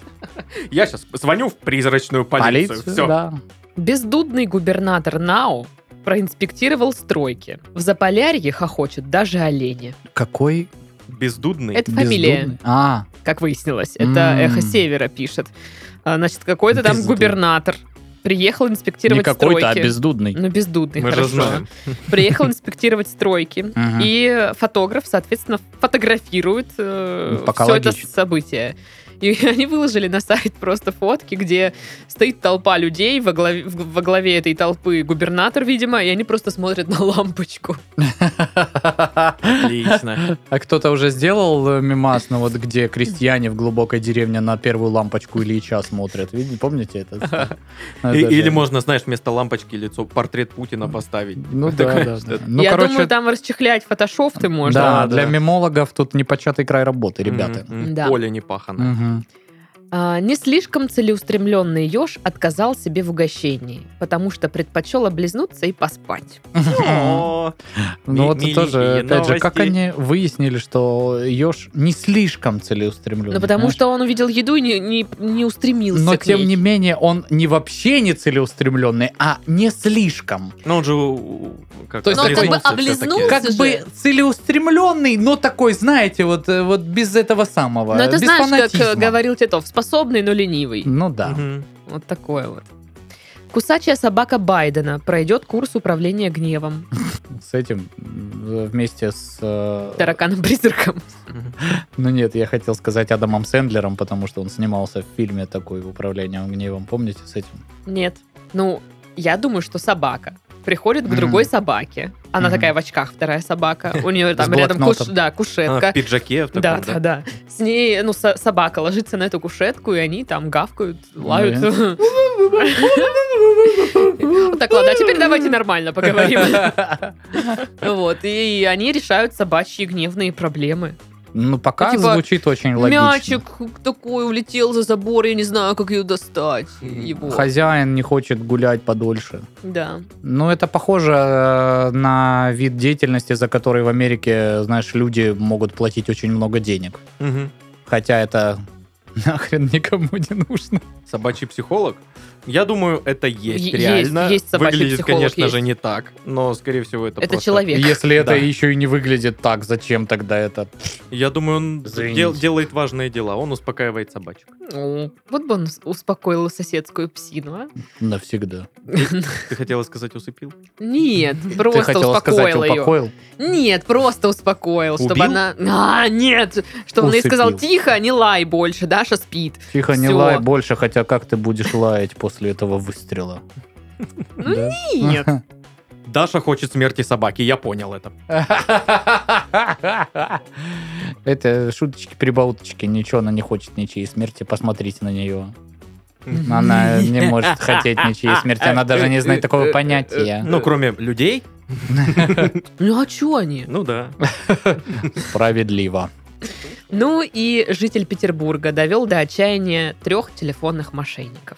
Speaker 3: Я сейчас звоню в призрачную полицию. Все.
Speaker 2: да.
Speaker 1: Бездудный губернатор Нау проинспектировал стройки. В Заполярье хохочет даже олени.
Speaker 2: Какой
Speaker 3: Бездудный.
Speaker 1: Это фамилия,
Speaker 2: бездумный- А,
Speaker 1: как выяснилось. Это
Speaker 2: М.
Speaker 1: «Эхо Севера» пишет. А, Значит, какой-то там
Speaker 2: Бездудный.
Speaker 1: губернатор приехал
Speaker 2: не
Speaker 1: инспектировать
Speaker 2: какой-то, а
Speaker 1: стройки.
Speaker 2: бездудный.
Speaker 1: Ну, бездудный,
Speaker 3: Мы же
Speaker 1: хорошо.
Speaker 3: знаем.
Speaker 1: Приехал инспектировать стройки.
Speaker 2: Мгм.
Speaker 1: И фотограф, соответственно, фотографирует э,
Speaker 2: Ну, пока
Speaker 1: все это
Speaker 2: логично.
Speaker 1: событие. И они выложили на сайт просто фотки, где стоит толпа людей, во главе, в- во главе этой толпы губернатор, видимо, и они просто смотрят на лампочку.
Speaker 3: Отлично.
Speaker 2: А кто-то уже сделал э, мимас, ну вот где крестьяне в глубокой деревне на первую лампочку Ильича смотрят. Видите, помните это? Это
Speaker 3: И-
Speaker 2: же-
Speaker 3: Э, Или можно, знаешь, вместо лампочки лицо портрет Путина поставить.
Speaker 2: Ну да, да, да. Ну,
Speaker 1: Я
Speaker 2: короче,
Speaker 1: думаю, там расчехлять фотошоп ты можешь.
Speaker 2: да,
Speaker 3: Да,
Speaker 2: для
Speaker 3: да.
Speaker 2: мемологов тут непочатый край работы, ребята.
Speaker 3: М, м,
Speaker 1: Да.
Speaker 3: Поле не пахано.
Speaker 2: Мгм.
Speaker 1: А, не слишком целеустремленный еж отказал себе в угощении, потому что предпочел облизнуться и поспать. Ну,
Speaker 3: О,
Speaker 2: Ну вот
Speaker 3: миленькие
Speaker 2: тоже, опять же, как
Speaker 3: новости.
Speaker 2: они выяснили, что еж не слишком целеустремленный.
Speaker 1: Ну, потому
Speaker 2: понимаешь?
Speaker 1: что он увидел еду и не, не, не устремился
Speaker 2: Но
Speaker 1: к
Speaker 2: тем
Speaker 1: ней.
Speaker 2: не менее он не вообще не целеустремленный, а не слишком.
Speaker 3: Ну, он же у- у- как
Speaker 2: То есть
Speaker 1: Ну, он как бы
Speaker 3: облизнулся
Speaker 1: облизнулся.
Speaker 3: всё-таки.
Speaker 2: как
Speaker 1: же.
Speaker 2: бы целеустремленный, но такой, знаете, вот, э, вот без этого самого.
Speaker 1: Ну, это
Speaker 2: без
Speaker 1: знаешь, как
Speaker 2: фанатизма.
Speaker 1: э, говорил Титов, способный, но ленивый.
Speaker 2: Ну да.
Speaker 3: Мгм.
Speaker 1: Вот такое вот. Кусачая собака Байдена пройдет курс управления гневом.
Speaker 2: С этим м, вместе с... э,
Speaker 1: Тараканом-призраком.
Speaker 2: Ну нет, я хотел сказать Адамом Сэндлером, потому что он снимался в фильме такой «Управление гневом». Помните с этим?
Speaker 1: Нет. Ну, я думаю, что собака приходит к другой
Speaker 2: Мгм.
Speaker 1: собаке. Она
Speaker 2: Мгм.
Speaker 1: такая в очках, вторая собака. У нее там
Speaker 2: С
Speaker 1: рядом куш-
Speaker 2: блокнотом.
Speaker 1: да,
Speaker 3: Она
Speaker 1: кушетка.
Speaker 3: А, в пиджаке в таком,
Speaker 1: Да, да, да. С ней, ну, со- собака ложится на эту кушетку, и они там гавкают,
Speaker 2: Ну,
Speaker 1: лают. Вот Так, ладно, а теперь давайте нормально поговорим. Вот, и они решают собачьи гневные проблемы.
Speaker 2: Ну пока
Speaker 1: Ну, типа,
Speaker 2: звучит очень логично.
Speaker 1: Мячик такой улетел за забор, я не знаю, как ее достать. Его.
Speaker 2: Хозяин не хочет гулять подольше.
Speaker 1: Да.
Speaker 2: Ну, это похоже э, на вид деятельности, за который в Америке, знаешь, люди могут платить очень много денег.
Speaker 3: Мгм.
Speaker 2: Хотя это нахрен никому не нужно.
Speaker 3: Собачий психолог? Я думаю, это есть
Speaker 1: Е-
Speaker 3: реально.
Speaker 1: есть- есть собачий
Speaker 3: Выглядит,
Speaker 1: психолог,
Speaker 3: конечно
Speaker 1: есть.
Speaker 3: же, не так, но, скорее всего, это
Speaker 1: Это
Speaker 3: просто-
Speaker 1: человек. Век.
Speaker 2: Если это
Speaker 3: Да.
Speaker 2: еще и не выглядит так, зачем тогда это?
Speaker 3: Я думаю, он
Speaker 2: Извините.
Speaker 3: дел- делает важные дела. Он успокаивает собачек.
Speaker 1: Ну, Вот бы он с- успокоил соседскую псину, а?
Speaker 2: Навсегда.
Speaker 3: Ты хотела сказать, усыпил?
Speaker 1: Нет,
Speaker 2: Ты
Speaker 1: просто
Speaker 2: хотела сказать,
Speaker 1: успокоил ее.
Speaker 2: упокоил?
Speaker 1: Нет, просто успокоил, чтобы
Speaker 3: Убил?
Speaker 1: она... А, нет! Чтобы он ей сказал,
Speaker 2: Усыпил.
Speaker 1: тихо, не лай больше, Даша спит.
Speaker 2: Тихо, не
Speaker 1: Всё.
Speaker 2: лай больше, хотя как ты будешь лаять после этого выстрела?
Speaker 1: Ну,
Speaker 2: Да?
Speaker 1: Нет.
Speaker 3: Даша хочет смерти собаки, я понял это.
Speaker 2: Это шуточки, прибауточки. Ничего, она не хочет ничьей смерти. Посмотрите на нее. Она не может хотеть ничьей смерти. Она даже не знает такого понятия.
Speaker 3: Ну, кроме людей?
Speaker 1: Ну, а чё они?
Speaker 3: Ну да.
Speaker 2: Справедливо.
Speaker 1: Ну и житель Петербурга довел до отчаяния трех телефонных мошенников.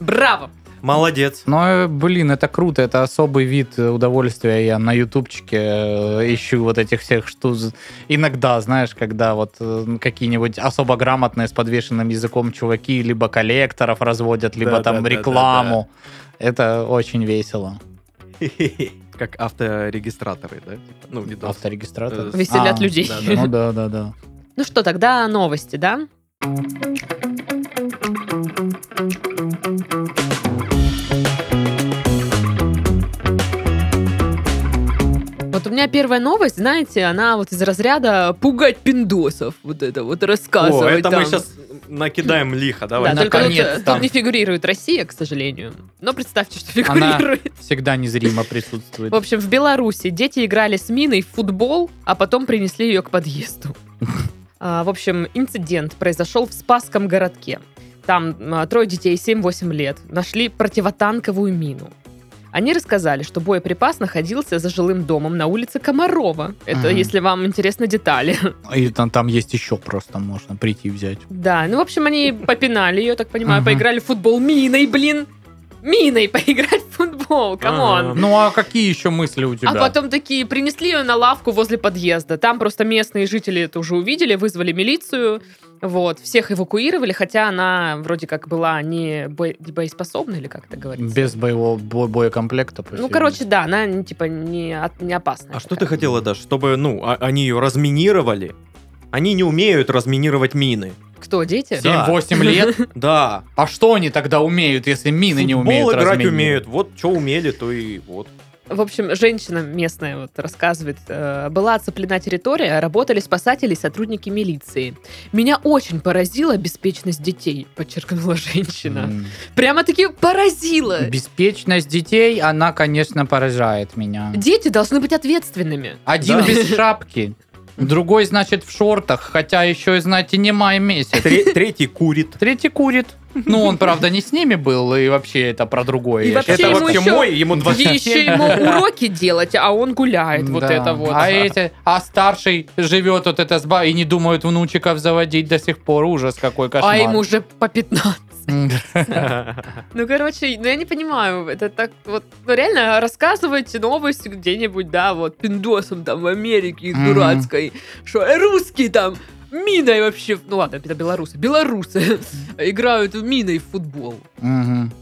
Speaker 1: Браво!
Speaker 3: Молодец.
Speaker 2: Но, э, блин, это круто. Это особый вид э, удовольствия. Я на ютубчике э, ищу вот этих всех штук. Иногда, знаешь, когда вот э, какие-нибудь особо грамотные с подвешенным языком чуваки либо коллекторов разводят, либо
Speaker 3: Да, да,
Speaker 2: там
Speaker 3: да, да,
Speaker 2: рекламу. Это очень весело.
Speaker 3: Как авторегистраторы, да? типа? Ну, видос.
Speaker 2: Авторегистратор.
Speaker 3: Э,
Speaker 1: Веселят
Speaker 2: А,
Speaker 1: людей.
Speaker 3: да,
Speaker 2: Ну да, да, да.
Speaker 1: Ну что, тогда новости, да? Вот у меня первая новость, знаете, она вот из разряда пугать пиндосов, вот это вот рассказывать.
Speaker 3: О, это мы
Speaker 1: там.
Speaker 3: сейчас накидаем лихо,
Speaker 1: Да,
Speaker 3: давай.
Speaker 1: только тут,
Speaker 2: наконец-то.
Speaker 1: тут не фигурирует Россия, к сожалению. Но представьте, что фигурирует.
Speaker 2: Всегда незримо присутствует.
Speaker 1: В общем, в Беларуси дети играли с миной в футбол, а потом принесли ее к подъезду. А, В общем, инцидент произошел в Спасском городке. Там а, трое детей, 7-8 лет, нашли противотанковую мину. Они рассказали, что боеприпас находился за жилым домом на улице Комарова. Это
Speaker 2: Мгм.
Speaker 1: если вам интересны детали.
Speaker 2: И там, там есть еще просто, можно прийти и взять.
Speaker 1: Да, ну, в общем, они попинали ее, так понимаю,
Speaker 2: Мгм.
Speaker 1: поиграли в футбол миной, блин. миной поиграть в футбол, камон.
Speaker 3: Ага.
Speaker 2: Ну а какие еще мысли у тебя?
Speaker 1: А потом такие принесли ее на лавку возле подъезда. Там просто местные жители это уже увидели, вызвали милицию. Вот, всех эвакуировали, хотя она вроде как была не бо- боеспособна, или как это говорится.
Speaker 2: Без боевого бо- боекомплекта. по
Speaker 1: Ну,
Speaker 2: всей
Speaker 1: короче, да, она не, типа не, от- не опасная.
Speaker 3: А что ты хотела, Даш, чтобы, ну, а- они ее разминировали? Они не умеют разминировать мины.
Speaker 1: Кто, дети?
Speaker 3: Да.
Speaker 2: 7-8 лет?
Speaker 3: Да.
Speaker 2: А что они тогда умеют, если мины не
Speaker 3: Футбол
Speaker 2: умеют
Speaker 3: играть
Speaker 2: разменивать?
Speaker 3: умеют. Вот что умели, то и вот.
Speaker 1: В общем, женщина местная вот рассказывает, э, была оцеплена территория, работали спасатели и сотрудники милиции. Меня очень поразила беспечность детей, подчеркнула женщина.
Speaker 2: М.
Speaker 1: Прямо-таки поразила.
Speaker 2: Беспечность детей, она, конечно, поражает меня.
Speaker 1: Дети должны быть ответственными.
Speaker 2: Один
Speaker 3: Да.
Speaker 2: без шапки, другой, значит, в шортах, хотя еще, знаете, не май месяц.
Speaker 3: Тре- Третий курит.
Speaker 2: Третий курит. Ну, он, правда, не с ними был, и вообще это про другое.
Speaker 1: И
Speaker 2: я
Speaker 1: вообще
Speaker 2: считаю.
Speaker 3: Это
Speaker 1: ему
Speaker 3: вообще
Speaker 1: еще-
Speaker 3: мой, ему 20.
Speaker 1: Еще ему уроки делать, а он гуляет. Вот
Speaker 2: Да.
Speaker 1: это вот.
Speaker 2: А, эти, а старший живет вот это сба и не думают внучиков заводить до сих пор. Ужас какой кошмар.
Speaker 1: А ему уже по 15.
Speaker 2: М.
Speaker 1: Ну, короче, ну я не понимаю, это так вот, ну реально, рассказывайте новости где-нибудь, да, вот, пиндосом там в Америке
Speaker 2: Мгм.
Speaker 1: дурацкой, что э, русские там миной вообще, ну ладно, это белорусы, белорусы играют миной в футбол.
Speaker 2: Мгм.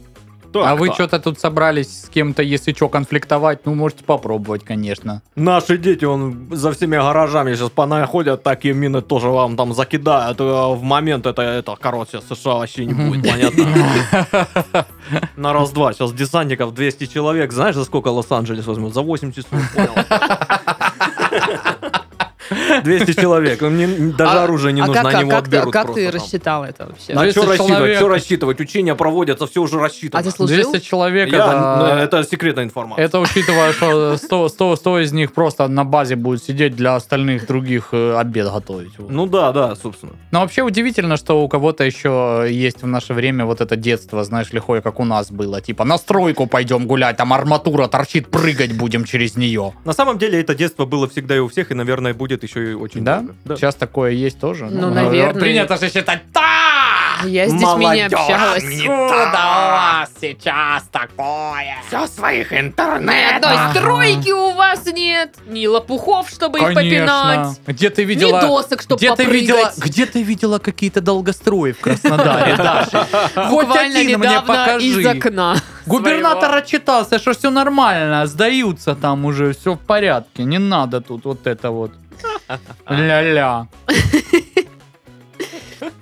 Speaker 3: Так,
Speaker 2: а вы
Speaker 3: так.
Speaker 2: что-то тут собрались с кем-то, если что, конфликтовать? Ну, можете попробовать, конечно.
Speaker 3: Наши дети, он за всеми гаражами сейчас понаходят, такие мины тоже вам там закидают. э, В момент это, это короче, США вообще не будет, понятно. На раз-два. Сейчас десантников 200 человек. Знаешь, за сколько Лос-Анджелес возьмут? За 8 часов. понял? 200 человек. Им не- Даже
Speaker 1: А-
Speaker 3: оружие не
Speaker 1: а
Speaker 3: нужно,
Speaker 1: как, а
Speaker 3: они его
Speaker 1: как ты-
Speaker 3: отберут
Speaker 1: как ты
Speaker 3: просто там.
Speaker 1: рассчитал это вообще?
Speaker 3: А
Speaker 2: 200
Speaker 3: что рассчитывать?
Speaker 2: человек.
Speaker 3: Что рассчитывать? Учения проводятся, все уже
Speaker 1: А ты
Speaker 3: рассчитано.
Speaker 1: служил?
Speaker 2: 200 человек,
Speaker 3: Я-
Speaker 2: это-
Speaker 3: ну, Это секретная информация.
Speaker 2: Это учитывая, что 100, 100, 100 из них просто на базе будут сидеть для остальных других э, обед готовить. Вот.
Speaker 3: Ну да, да, собственно.
Speaker 2: Но вообще удивительно, что у кого-то еще есть в наше время вот это детство, знаешь, лихое, как у нас было. Типа на стройку пойдем гулять, там арматура торчит, прыгать будем через нее.
Speaker 3: На самом деле это детство было всегда и у всех, и, наверное, будет еще и очень
Speaker 2: Да?
Speaker 3: долго. Да.
Speaker 2: Сейчас такое есть тоже?
Speaker 1: Ну, наверное.
Speaker 2: Принято же считать, да!
Speaker 1: Я с детьми не общалась.
Speaker 2: Откуда у вас сейчас такое? Все своих
Speaker 1: Ни
Speaker 2: интернет.
Speaker 1: одной стройки у вас нет, ни лопухов, чтобы их попинать.
Speaker 2: Где ты
Speaker 1: ни
Speaker 2: видела...
Speaker 1: досок, чтобы
Speaker 2: Где ты,
Speaker 1: попрыгать.
Speaker 2: видела, где ты видела какие-то долгострои в Краснодаре, Даша? Хоть
Speaker 1: Буквально
Speaker 2: один мне
Speaker 1: недавно
Speaker 2: покажи.
Speaker 1: из окна.
Speaker 2: Губернатор отчитался, что все нормально, сдаются там уже, все в порядке, не надо тут вот это вот. Ля-ля.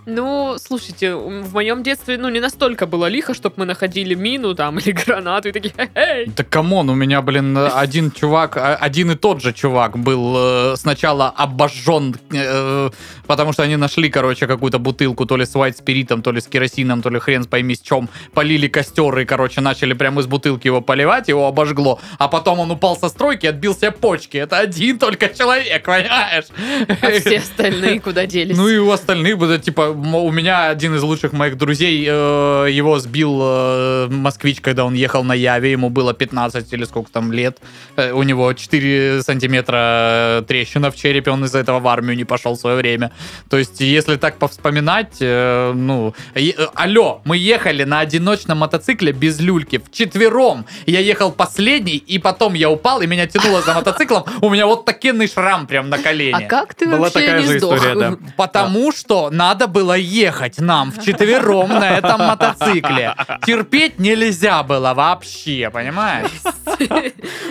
Speaker 1: Ну, слушайте, м, в моем детстве, ну, не настолько было лихо, чтобы мы находили мину там или гранату и такие, «Эй!»
Speaker 2: Да камон, у меня, блин, один чувак, а, один и тот же чувак был э, сначала обожжен, э, потому что они нашли, короче, какую-то бутылку, то ли с white спиритом, то ли с керосином, то ли хрен пойми с чем, полили костер и, короче, начали прямо из бутылки его поливать, его обожгло, а потом он упал со стройки и отбил себе почки. Это один только человек, понимаешь?
Speaker 1: а все остальные куда делись?
Speaker 2: Ну и у остальных было, типа, м- у меня один из лучших моих друзей, э, его сбил э, москвич, когда он ехал на Яве, ему было 15 или сколько там лет, Э, у него 4 сантиметра э, трещина в черепе, он из-за этого в армию не пошел в свое время. То есть, если так повспоминать, э, ну, э, э, алло, мы ехали на одиночном мотоцикле без люльки, вчетвером, я ехал последний, и потом я упал, и меня тянуло за мотоциклом, у меня вот такенный шрам прям на колене.
Speaker 1: а как ты
Speaker 3: Была
Speaker 1: вообще
Speaker 3: такая
Speaker 1: не
Speaker 3: же
Speaker 1: сдох?
Speaker 3: история, да.
Speaker 2: Потому что надо было ехать нам вчетвером на этом мотоцикле. Терпеть нельзя было вообще, понимаешь?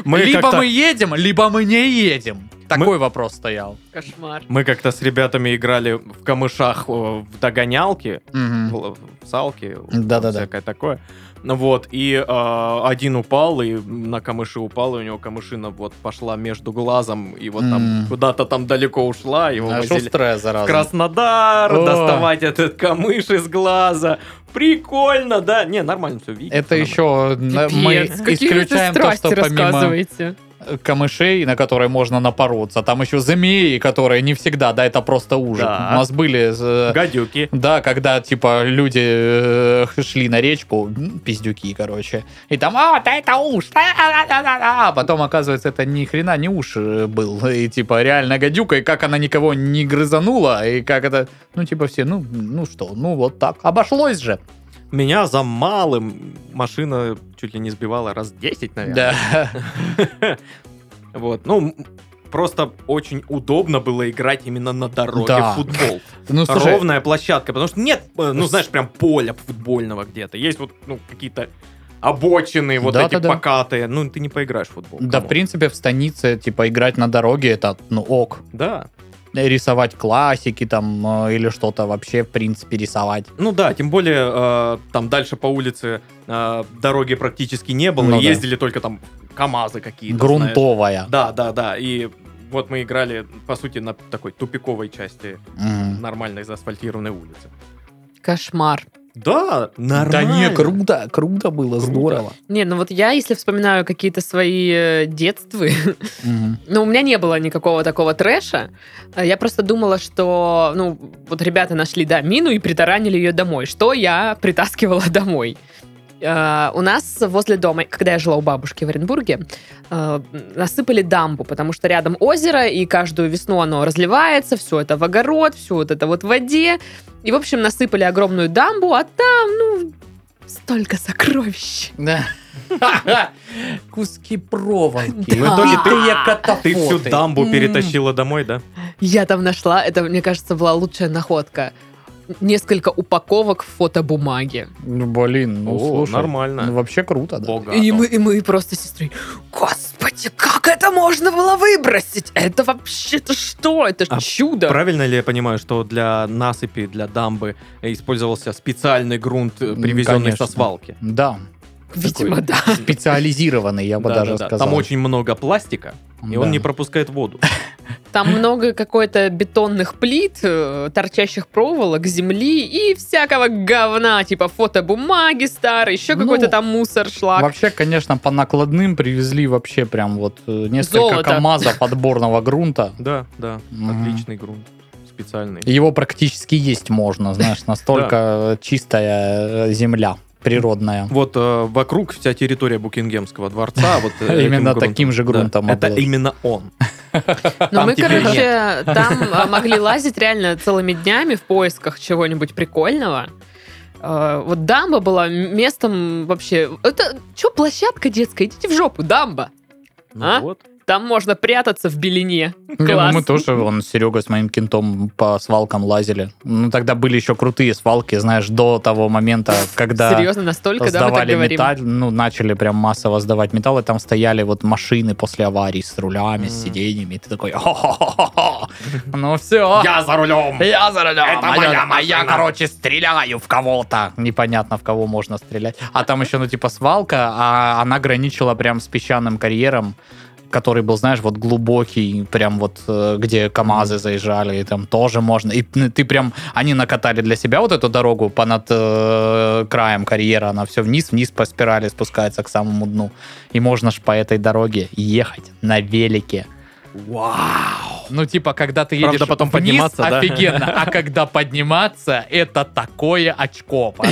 Speaker 3: Мы
Speaker 2: либо
Speaker 3: как-то-
Speaker 2: мы едем, либо мы не едем. Такой вопрос стоял.
Speaker 1: Кошмар.
Speaker 3: Мы как-то с ребятами играли в камышах э, в догонялки,
Speaker 2: Мгм.
Speaker 3: в в салки,
Speaker 2: Да-да-да.
Speaker 3: всякое такое. Ну Вот, и э, один упал, и на камыши упал, и у него камышина вот пошла между глазом, и вот там
Speaker 2: М.
Speaker 3: куда-то там далеко ушла, его
Speaker 2: А
Speaker 3: возили
Speaker 2: шустрая
Speaker 3: в
Speaker 2: зараза.
Speaker 3: Краснодар,
Speaker 2: О.
Speaker 3: доставать этот камыш из глаза. Прикольно, да? Не, нормально все видно.
Speaker 2: Это еще на- мы
Speaker 1: Пипец, какие вы
Speaker 2: исключаем то,
Speaker 1: страсти
Speaker 2: что помимо
Speaker 1: рассказываете.
Speaker 2: камышей, на которые можно напороться, там еще змеи, которые не всегда, да, это просто ужас.
Speaker 3: Да.
Speaker 2: У нас были э,
Speaker 3: Гадюки.
Speaker 2: Да, когда, типа, люди э, шли на речку, м, пиздюки, короче, и там, а, да это уж, а-а-а-а-а-а». а потом, оказывается, это ни хрена не уж э, был, и, типа, реально гадюка, и как она никого не грызанула, и как это, ну, типа, все, ну, ну что, ну, вот так, обошлось же.
Speaker 3: Меня за малым машина чуть ли не сбивала раз 10, наверное.
Speaker 2: Да.
Speaker 3: Вот, ну, м, просто очень удобно было играть именно на дороге
Speaker 2: Да.
Speaker 3: в футбол.
Speaker 2: Ну, слушай,
Speaker 3: Ровная площадка, потому что нет, э, ну, знаешь, прям поля футбольного где-то. Есть вот, ну, какие-то обочины, вот
Speaker 2: Да,
Speaker 3: эти
Speaker 2: да, да.
Speaker 3: покатые. Ну, ты не поиграешь в футбол.
Speaker 2: да, в
Speaker 3: камон.
Speaker 2: принципе, в станице, типа, играть на дороге, это, ну, ок.
Speaker 3: Да.
Speaker 2: Рисовать классики там э, или что-то вообще, в принципе, рисовать.
Speaker 3: Ну да, тем более э, там дальше по улице э, дороги практически не было,
Speaker 2: Ну да.
Speaker 3: ездили только там КАМАЗы какие-то. знаешь.
Speaker 2: Грунтовая.
Speaker 3: Да, да, да. И вот мы играли, по сути, на такой тупиковой части
Speaker 2: Мгм.
Speaker 3: нормальной заасфальтированной улицы.
Speaker 1: Кошмар.
Speaker 3: Да, нормально.
Speaker 2: Да не, круто, круто было,
Speaker 3: Круто.
Speaker 2: здорово.
Speaker 1: Не, ну вот я, если вспоминаю какие-то свои э, детства,
Speaker 2: Мгм.
Speaker 1: ну, у меня не было никакого такого трэша. Э, Я просто думала, что, ну, вот ребята нашли, да, мину и притаранили ее домой, что я притаскивала домой. Э, У нас возле дома, когда я жила у бабушки в Оренбурге, э, насыпали дамбу, потому что рядом озеро, и каждую весну оно разливается, все это в огород, все вот это вот в воде. И, в общем, насыпали огромную дамбу, а там, ну, столько сокровищ.
Speaker 2: Да. Куски проволоки.
Speaker 1: Да.
Speaker 2: Битые
Speaker 3: Ты всю
Speaker 2: катафоты.
Speaker 3: дамбу
Speaker 2: М.
Speaker 3: перетащила домой, да?
Speaker 1: Я там нашла, это, мне кажется, была лучшая находка. Несколько упаковок фотобумаги.
Speaker 2: Ну, блин, ну,
Speaker 3: О,
Speaker 2: слушай.
Speaker 3: нормально.
Speaker 2: Ну, вообще круто, да.
Speaker 3: Бога.
Speaker 1: И мы, и мы просто с сестрой, господи, как это можно было выбросить? Это вообще-то что? Это ж
Speaker 3: А
Speaker 1: чудо.
Speaker 3: Правильно ли я понимаю, что для насыпи, для дамбы использовался специальный грунт, э,
Speaker 2: М,
Speaker 3: привезенный
Speaker 2: конечно.
Speaker 3: со свалки?
Speaker 2: Да,
Speaker 1: Видимо, да.
Speaker 2: специализированный, я бы даже
Speaker 3: Да-да-да.
Speaker 2: сказал.
Speaker 3: Там очень много пластика, и
Speaker 2: Да.
Speaker 3: он не пропускает воду.
Speaker 1: Там много какой-то бетонных плит, э, торчащих проволок, земли и всякого говна, типа фотобумаги старые, еще
Speaker 2: Ну,
Speaker 1: какой-то там мусор, шлак.
Speaker 2: Вообще, конечно, по накладным привезли вообще прям вот э, несколько
Speaker 1: Золото.
Speaker 2: КАМАЗов отборного грунта.
Speaker 3: Да, да,
Speaker 2: Мгм.
Speaker 3: отличный грунт, специальный.
Speaker 2: Его практически есть можно, знаешь, настолько чистая э, земля природная.
Speaker 3: Вот э, вокруг вся территория Букингемского дворца. вот э, этим
Speaker 2: Именно
Speaker 3: грунтом.
Speaker 2: таким же
Speaker 3: Да.
Speaker 2: грунтом
Speaker 3: Это
Speaker 2: обложен.
Speaker 3: именно он.
Speaker 1: Но
Speaker 2: А
Speaker 3: Там
Speaker 1: Ну, мы,
Speaker 3: теперь
Speaker 1: короче, там э, могли лазить реально целыми днями в поисках чего-нибудь прикольного. Э, Вот дамба была м- местом вообще... Это что, площадка детская? Идите в жопу, дамба.
Speaker 3: Ну
Speaker 1: А?
Speaker 3: вот.
Speaker 1: Там можно прятаться в белине.
Speaker 2: Не, ну
Speaker 1: Класс.
Speaker 2: мы тоже, он, Серега с моим кентом по свалкам лазили. Ну, тогда были еще крутые свалки, знаешь, до того момента, когда
Speaker 1: Серьезно, настолько, да, мы так
Speaker 2: сдавали
Speaker 1: говорим?
Speaker 2: металл, ну, начали прям массово сдавать металл, и там стояли вот машины после аварии с рулями, с
Speaker 3: М.
Speaker 2: сиденьями, и ты такой, «Хо-хо-хо-хо-хо! ну все,
Speaker 3: Я за рулем!
Speaker 2: я за рулем,
Speaker 3: Это
Speaker 2: а
Speaker 3: моя
Speaker 2: я- а я,
Speaker 3: машина!»
Speaker 2: короче, стреляю в кого-то. Непонятно, в кого можно стрелять. А там еще, ну, типа, свалка, а она граничила прям с песчаным карьером, который был, знаешь, вот глубокий, прям вот, э, где КАМАЗы заезжали, и там тоже можно. И н- ты прям, они накатали для себя вот эту дорогу понад э, краем карьера, она все вниз, вниз по спирали спускается к самому дну. И можно ж по этой дороге ехать на велике.
Speaker 3: Вау!
Speaker 2: Ну, типа, когда ты едешь
Speaker 3: Правда, потом
Speaker 2: вниз,
Speaker 3: подниматься, да?
Speaker 2: офигенно. А когда подниматься, это такое очко.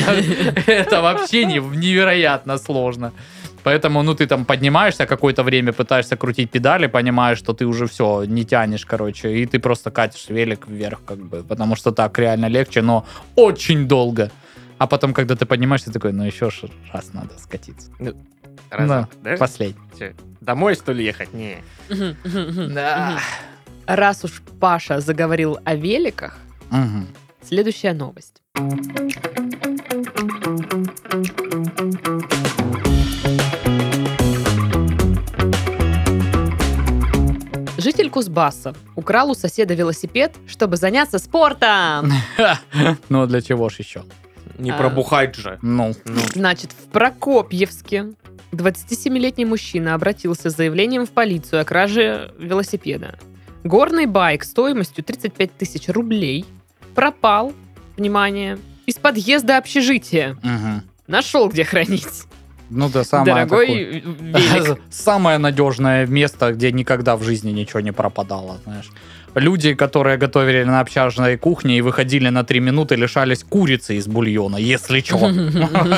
Speaker 2: Это вообще не- невероятно сложно. Поэтому, ну, ты там поднимаешься какое-то время, пытаешься крутить педали, понимаешь, что ты уже все, не тянешь, короче, и ты просто катишь велик вверх, как бы, потому что так реально легче, но очень долго. А потом, когда ты поднимаешься, такой, ну, еще ж раз надо скатиться.
Speaker 3: Разок, да?
Speaker 2: Последний.
Speaker 3: Чё, Домой, что ли, ехать? Не.
Speaker 1: Мгм, мгм, мгм,
Speaker 2: Да.
Speaker 1: мгм. Раз уж Паша заговорил о великах,
Speaker 2: Мгм.
Speaker 1: следующая новость. Житель Кузбасса украл у соседа велосипед, чтобы заняться спортом.
Speaker 2: Ну, а для чего ж еще?
Speaker 3: Не
Speaker 1: А.
Speaker 3: пробухать же.
Speaker 2: Ну,
Speaker 3: Ну,
Speaker 1: Значит, в Прокопьевске 27-летний мужчина обратился с заявлением в полицию о краже велосипеда. Горный байк стоимостью 35 тысяч рублей пропал, внимание, из подъезда общежития.
Speaker 2: мгм.
Speaker 1: Нашел, где хранить.
Speaker 2: ну да, самое
Speaker 1: Дорогой
Speaker 2: такое.
Speaker 1: в- велик.
Speaker 2: Самое надежное место, где никогда в жизни ничего не пропадало, знаешь. Люди, которые готовили на общажной кухне и выходили на три минуты, лишались курицы из бульона, если что.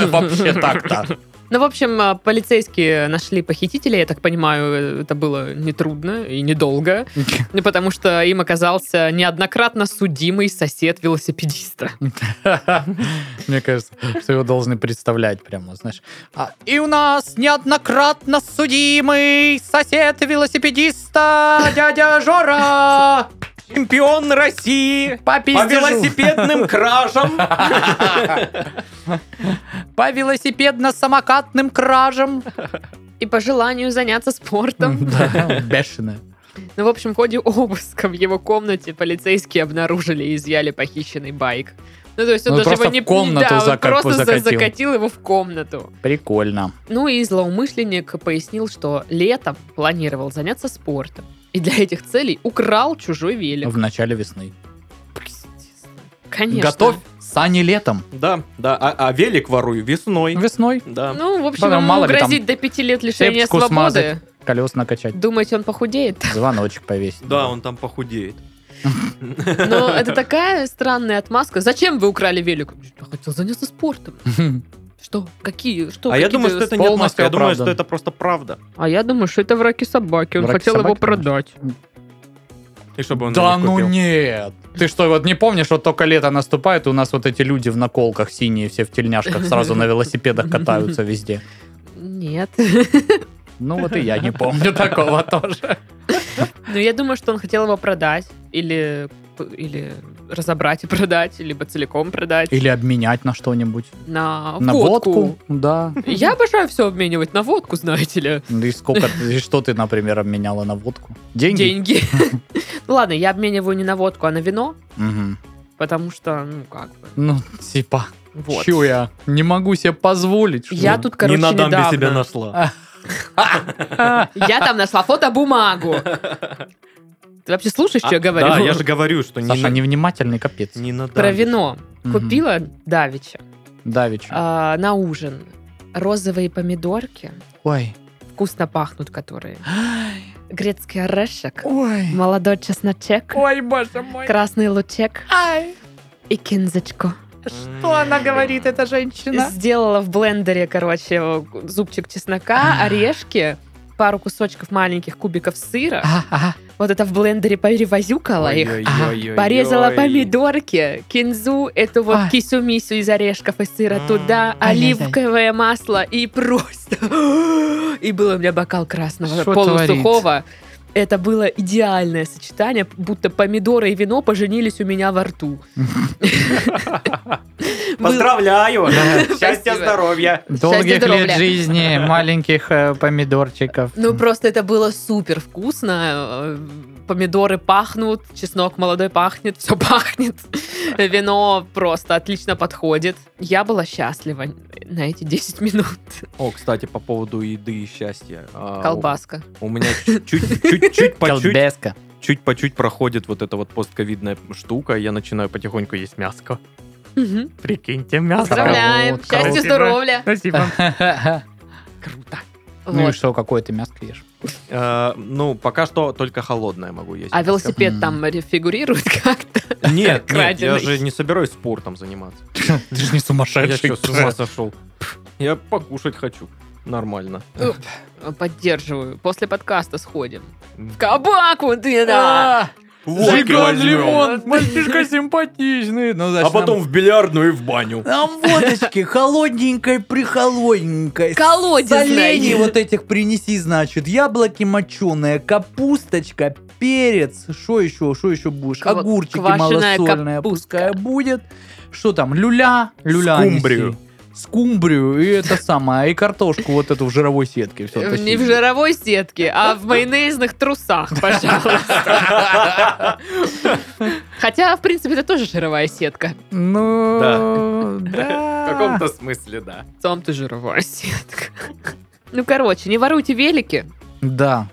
Speaker 2: Вообще так-то.
Speaker 1: Ну, в общем, э, полицейские нашли похитителя, я так понимаю, э, это было нетрудно и недолго, ну, потому что им оказался неоднократно судимый сосед велосипедиста.
Speaker 2: Мне кажется, что его должны представлять прямо, знаешь. А, И у нас неоднократно судимый сосед велосипедиста дядя Жора.
Speaker 3: Чемпион России по
Speaker 2: Попиздил.
Speaker 3: велосипедным кражам.
Speaker 2: По велосипедно-самокатным кражам.
Speaker 1: И по желанию заняться спортом.
Speaker 2: Да, бешеная.
Speaker 1: Ну, в общем, в ходе обыска в его комнате полицейские обнаружили и изъяли похищенный байк. Ну, то есть он
Speaker 2: Ну,
Speaker 1: даже его
Speaker 2: просто в
Speaker 1: не... не-
Speaker 2: комнату
Speaker 1: да, он
Speaker 2: зак-
Speaker 1: просто за-
Speaker 2: закатил.
Speaker 1: закатил его в комнату.
Speaker 2: Прикольно.
Speaker 1: Ну и злоумышленник пояснил, что летом планировал заняться спортом. И для этих целей украл чужой велик.
Speaker 2: В начале весны.
Speaker 1: Конечно.
Speaker 2: Ну, Готовь сани летом.
Speaker 3: Да, да. А а велик ворую весной.
Speaker 2: Весной.
Speaker 3: Да.
Speaker 1: Ну, в общем,
Speaker 2: Потом,
Speaker 1: ему
Speaker 2: мало ли, там
Speaker 1: грозит до пяти лет лишения
Speaker 2: щепочку
Speaker 1: свободы.
Speaker 2: смазать. Колес накачать.
Speaker 1: Думаете, он похудеет?
Speaker 2: Звоночек повесить.
Speaker 3: Да, он там похудеет.
Speaker 1: Но это такая странная отмазка. Зачем вы украли велик? Я хотел заняться спортом. Что? Какие? Что?
Speaker 3: А я
Speaker 1: какие-то-
Speaker 3: думаю, что это не отмазка.
Speaker 2: полностью
Speaker 3: Я думаю,
Speaker 2: оправдан.
Speaker 3: что это просто правда.
Speaker 1: А я думаю, что это враки собаки. Он
Speaker 2: Враки
Speaker 1: хотел его
Speaker 2: собаки, конечно.
Speaker 1: продать.
Speaker 3: И чтобы он
Speaker 2: Да
Speaker 3: его не
Speaker 2: ну
Speaker 3: купил.
Speaker 2: нет. Ты что, вот не помнишь, вот только лето наступает, и у нас вот эти люди в наколках синие, все в тельняшках, сразу на велосипедах катаются везде.
Speaker 1: Нет.
Speaker 2: Ну вот и я не помню такого тоже.
Speaker 1: Ну, я думаю, что он хотел его продать. Или или разобрать и продать, либо целиком продать.
Speaker 2: Или обменять на что-нибудь.
Speaker 1: на,
Speaker 2: На
Speaker 1: водку.
Speaker 2: А водку, да.
Speaker 1: Я обожаю все обменивать на водку, знаете ли.
Speaker 2: И сколько, и что ты, например, обменяла на водку? Деньги?
Speaker 1: Деньги. Ну ладно, я обмениваю не на водку, а на вино,
Speaker 2: Мгм.
Speaker 1: потому что, ну как бы,
Speaker 2: Ну, типа,
Speaker 1: вот.
Speaker 2: чё я? Не могу себе позволить. что
Speaker 1: Я
Speaker 2: ли?
Speaker 1: тут, короче,
Speaker 3: не на дамбе
Speaker 1: недавно-
Speaker 3: себя нашла.
Speaker 1: Я там нашла фотобумагу. Ты вообще слушаешь, что я
Speaker 3: А, Да,
Speaker 1: говорю?
Speaker 3: я же говорю, что не
Speaker 2: Саша
Speaker 3: на-
Speaker 2: невнимательный капец.
Speaker 3: не на
Speaker 1: Про
Speaker 3: дамбе.
Speaker 1: вино.
Speaker 2: Мгм.
Speaker 1: Купила Давича
Speaker 2: Давич.
Speaker 1: а, на ужин розовые помидорки,
Speaker 2: Ой.
Speaker 1: вкусно пахнут которые, грецкий орешек,
Speaker 2: Ой.
Speaker 1: молодой чесночек,
Speaker 2: Ой, боже мой.
Speaker 1: красный лучек
Speaker 2: Ай,
Speaker 1: и кинзочку.
Speaker 3: что она говорит,
Speaker 2: эта женщина?
Speaker 1: Сделала в блендере, короче, зубчик чеснока, орешки, пару кусочков маленьких кубиков сыра. Вот это в блендере перевозюкала их.
Speaker 3: Ой-ой-ой-ой-ой.
Speaker 1: Порезала помидорки, кинзу, эту вот
Speaker 2: Ай.
Speaker 1: кисю-мисю из орешков и сыра
Speaker 3: М.
Speaker 1: туда,
Speaker 2: Ай-яй-яй.
Speaker 1: оливковое масло и просто... И был у меня бокал красного,
Speaker 2: Что
Speaker 1: полусухого. Это было идеальное сочетание, будто помидоры и вино поженились у меня во рту. Было-
Speaker 3: Поздравляю!
Speaker 1: Спасибо.
Speaker 3: Счастья, здоровья!
Speaker 1: Счастья,
Speaker 2: Долгих
Speaker 1: здоровья.
Speaker 2: лет жизни, маленьких э, помидорчиков.
Speaker 1: Ну, просто это было супер вкусно. Э, Помидоры пахнут, чеснок молодой пахнет, все пахнет. Вино просто отлично подходит. Я была счастлива на эти 10 минут.
Speaker 3: О, кстати, по поводу еды и счастья. А,
Speaker 1: Колбаска.
Speaker 3: У у меня чуть-чуть по чуть
Speaker 2: Колбеска.
Speaker 3: чуть по чуть проходит вот эта вот постковидная штука, я начинаю потихоньку есть мяско.
Speaker 1: Мгм.
Speaker 3: Прикиньте, мясо.
Speaker 1: Поздравляем.
Speaker 2: круто.
Speaker 1: Счастья, здоровья.
Speaker 3: Спасибо.
Speaker 1: Круто.
Speaker 2: Ну и
Speaker 1: Вот.
Speaker 2: что, какое ты мяско ешь?
Speaker 3: Э, Ну, пока что только холодное могу есть.
Speaker 1: А велосипед
Speaker 2: Мгм.
Speaker 1: там ре- фигурирует как-то?
Speaker 3: Нет, нет, я
Speaker 1: краденый.
Speaker 3: же не собираюсь спортом заниматься.
Speaker 2: Ты же не
Speaker 3: Я
Speaker 2: сумасшедший.
Speaker 3: что, с ума сошел? Я покушать хочу. Нормально.
Speaker 1: Поддерживаю. После подкаста сходим. В кабак вот и да.
Speaker 2: А,
Speaker 3: Водки
Speaker 2: Жиган
Speaker 3: возьмем.
Speaker 2: Лимон, мальчишка симпатичный. Ну, значит, нам-
Speaker 3: А в бильярдную и в баню.
Speaker 2: Нам водочки холодненькой прихолодненькой.
Speaker 1: Колодезной.
Speaker 2: Солений А, вот этих принеси, значит. Яблоки моченые, капусточка, перец. Что еще, что еще будешь?
Speaker 1: Ква-
Speaker 2: Огурчики
Speaker 1: квашеная
Speaker 2: малосольные.
Speaker 1: капустка.
Speaker 2: Пускай будет. Что там? Люля. Люля
Speaker 3: Скумбрию.
Speaker 2: неси. Скумбрию и это самое, и картошку вот эту в жировой сетке. Все,
Speaker 1: Э, Не в жировой сетке, а в майонезных трусах, пожалуйста. Хотя, в принципе, это тоже жировая сетка.
Speaker 2: Ну, да.
Speaker 3: В каком-то смысле, да.
Speaker 1: Там ты жировая сетка. Ну, короче, не воруйте велики.
Speaker 2: Да.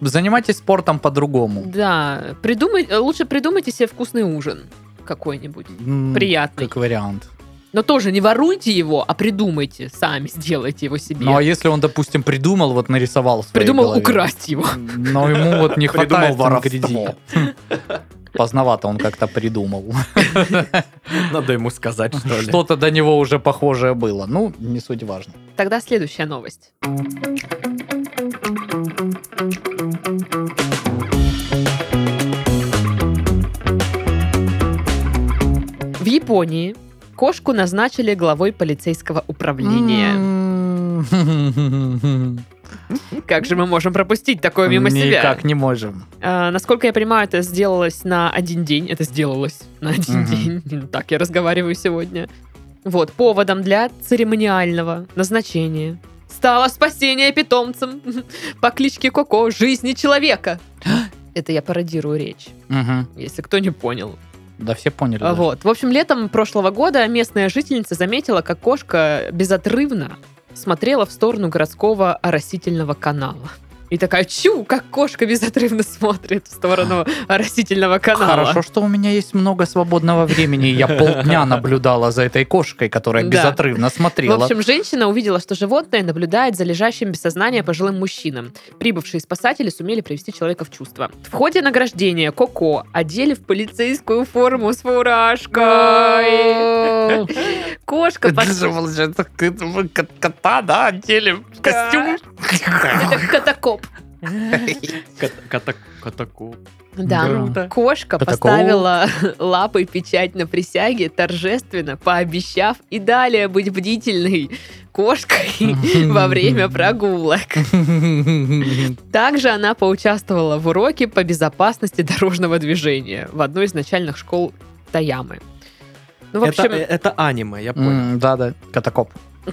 Speaker 2: Занимайтесь спортом по-другому.
Speaker 1: Да, придумай, лучше придумайте себе вкусный ужин какой-нибудь.
Speaker 2: М,
Speaker 1: Приятный.
Speaker 2: Как вариант.
Speaker 1: Но тоже не воруйте его, а придумайте сами, сделайте его себе.
Speaker 2: Ну а если он, допустим, придумал, вот нарисовал в своей
Speaker 1: Придумал
Speaker 2: голове?
Speaker 1: украсть его.
Speaker 2: Но ему вот не
Speaker 3: Придумал
Speaker 2: хватает
Speaker 3: воровство.
Speaker 2: ингредиентов. Поздновато он как-то придумал.
Speaker 3: Надо ему сказать, что ли.
Speaker 2: Что-то до него уже похожее было. Ну, не суть важно.
Speaker 1: Тогда следующая новость. В Японии кошку назначили главой полицейского управления. Как же мы можем пропустить такое мимо себя?
Speaker 2: Никак не можем.
Speaker 1: А, насколько я понимаю, это сделалось на один день. Это сделалось на один
Speaker 2: Мгм.
Speaker 1: день. Так я разговариваю сегодня. Вот, поводом для церемониального назначения стало спасение питомцем по кличке Коко жизни человека. Это я пародирую речь,
Speaker 2: Мгм.
Speaker 1: если кто не понял.
Speaker 2: Да все поняли.
Speaker 1: А
Speaker 2: даже.
Speaker 1: Вот. В общем, летом прошлого года местная жительница заметила, как кошка безотрывно смотрела в сторону городского оросительного канала. И такая, чу, как кошка безотрывно смотрит в сторону оросительного канала.
Speaker 2: Хорошо, что у меня есть много свободного времени. и Я полдня наблюдала за этой кошкой, которая
Speaker 1: Да.
Speaker 2: безотрывно
Speaker 1: В
Speaker 2: смотрела.
Speaker 1: общем, женщина увидела, что животное наблюдает за лежащим без сознания пожилым мужчинам. Прибывшие спасатели сумели привести человека в чувство. В ходе награждения Коко одели в полицейскую форму с фуражкой. Кошка под-
Speaker 2: Кота, да, одели в
Speaker 1: костюм. Это катакоп.
Speaker 3: Кат- ката- катаку.
Speaker 1: Да.
Speaker 2: Круто.
Speaker 1: Кошка
Speaker 2: Катакоп.
Speaker 1: поставила лапой печать на присяге, торжественно пообещав и далее быть бдительной кошкой во время прогулок. Также она поучаствовала в уроке по безопасности дорожного движения в одной из начальных школ Таямы. Ну, в
Speaker 3: Это, э,
Speaker 1: общем,
Speaker 3: это аниме, я понял.
Speaker 2: Да, да, катакоп.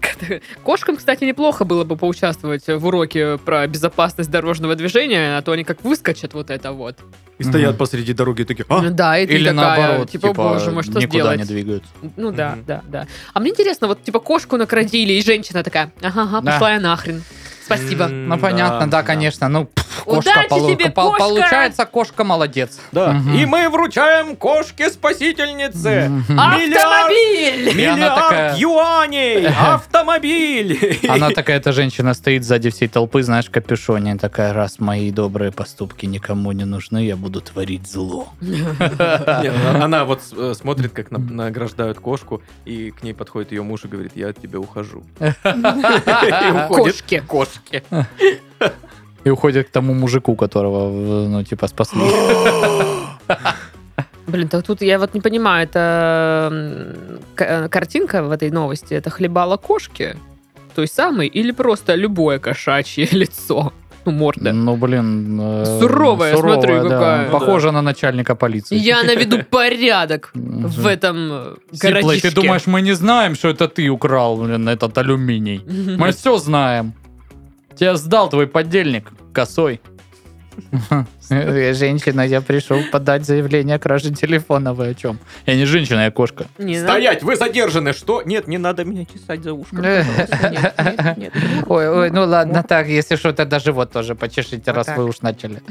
Speaker 1: кошкам, кстати, неплохо было бы поучаствовать в уроке про безопасность дорожного движения, а то они как выскочат вот это вот. Ну
Speaker 3: И
Speaker 2: Мгм.
Speaker 3: стоят посреди дороги такие, а?
Speaker 1: Да, и ты
Speaker 2: Или
Speaker 1: такая,
Speaker 2: наоборот,
Speaker 1: типа, боже мой, что
Speaker 2: никуда
Speaker 1: сделать?
Speaker 2: не двигаются.
Speaker 1: Ну да,
Speaker 3: Мгм.
Speaker 1: да, да. А мне интересно, вот типа кошку накрадили, и женщина такая, ага, ага,
Speaker 2: Да.
Speaker 1: пошла я нахрен. Спасибо.
Speaker 3: М,
Speaker 2: Ну, понятно, да, конечно. Ну, пф, кошка
Speaker 1: Удачи
Speaker 2: полу-
Speaker 1: тебе,
Speaker 2: пол-
Speaker 1: кошка!
Speaker 2: получается, кошка молодец.
Speaker 3: Да.
Speaker 2: Мгм.
Speaker 3: И мы вручаем кошке-спасительнице
Speaker 2: Мгм.
Speaker 1: Автомобиль!
Speaker 2: И она такая-
Speaker 3: миллиард юаней, автомобиль.
Speaker 2: Она такая, эта женщина стоит сзади всей толпы, знаешь, в капюшоне, и такая, раз мои добрые поступки никому не нужны, я буду творить зло.
Speaker 3: Не, Она она вот э, смотрит, как на- награждают кошку, и к ней подходит ее муж и говорит, я от тебя ухожу. И уходит.
Speaker 1: Кошки.
Speaker 3: Кошки.
Speaker 2: И уходит к тому мужику, которого, в- ну, типа, спасли.
Speaker 1: Блин, так тут я вот не понимаю, это м, к- э, картинка в этой новости, это хлебало кошки той самой или просто любое кошачье лицо, ну, морда.
Speaker 2: Ну, блин. э,
Speaker 1: Суровая, смотри,
Speaker 2: да.
Speaker 1: какая.
Speaker 2: Похожа на начальника полиции.
Speaker 1: Я наведу порядок
Speaker 2: Мгм.
Speaker 1: в этом э,
Speaker 2: Сиплый,
Speaker 1: городишке.
Speaker 2: ты думаешь, мы не знаем, что это ты украл, блин, этот алюминий? Мы все знаем. Тебя сдал твой подельник, косой. Женщина, я пришел подать заявление о краже телефона. Вы о чем? Я не женщина, я кошка.
Speaker 1: Не надо.
Speaker 3: Стоять, вы задержаны, что? Нет, не надо меня чесать за ушком. пожалуйста. Нет, нет, нет.
Speaker 2: Ой, ой, ну ладно, так, если что, тогда живот тоже почешите,
Speaker 1: Вот
Speaker 2: раз
Speaker 1: так.
Speaker 2: вы уж начали.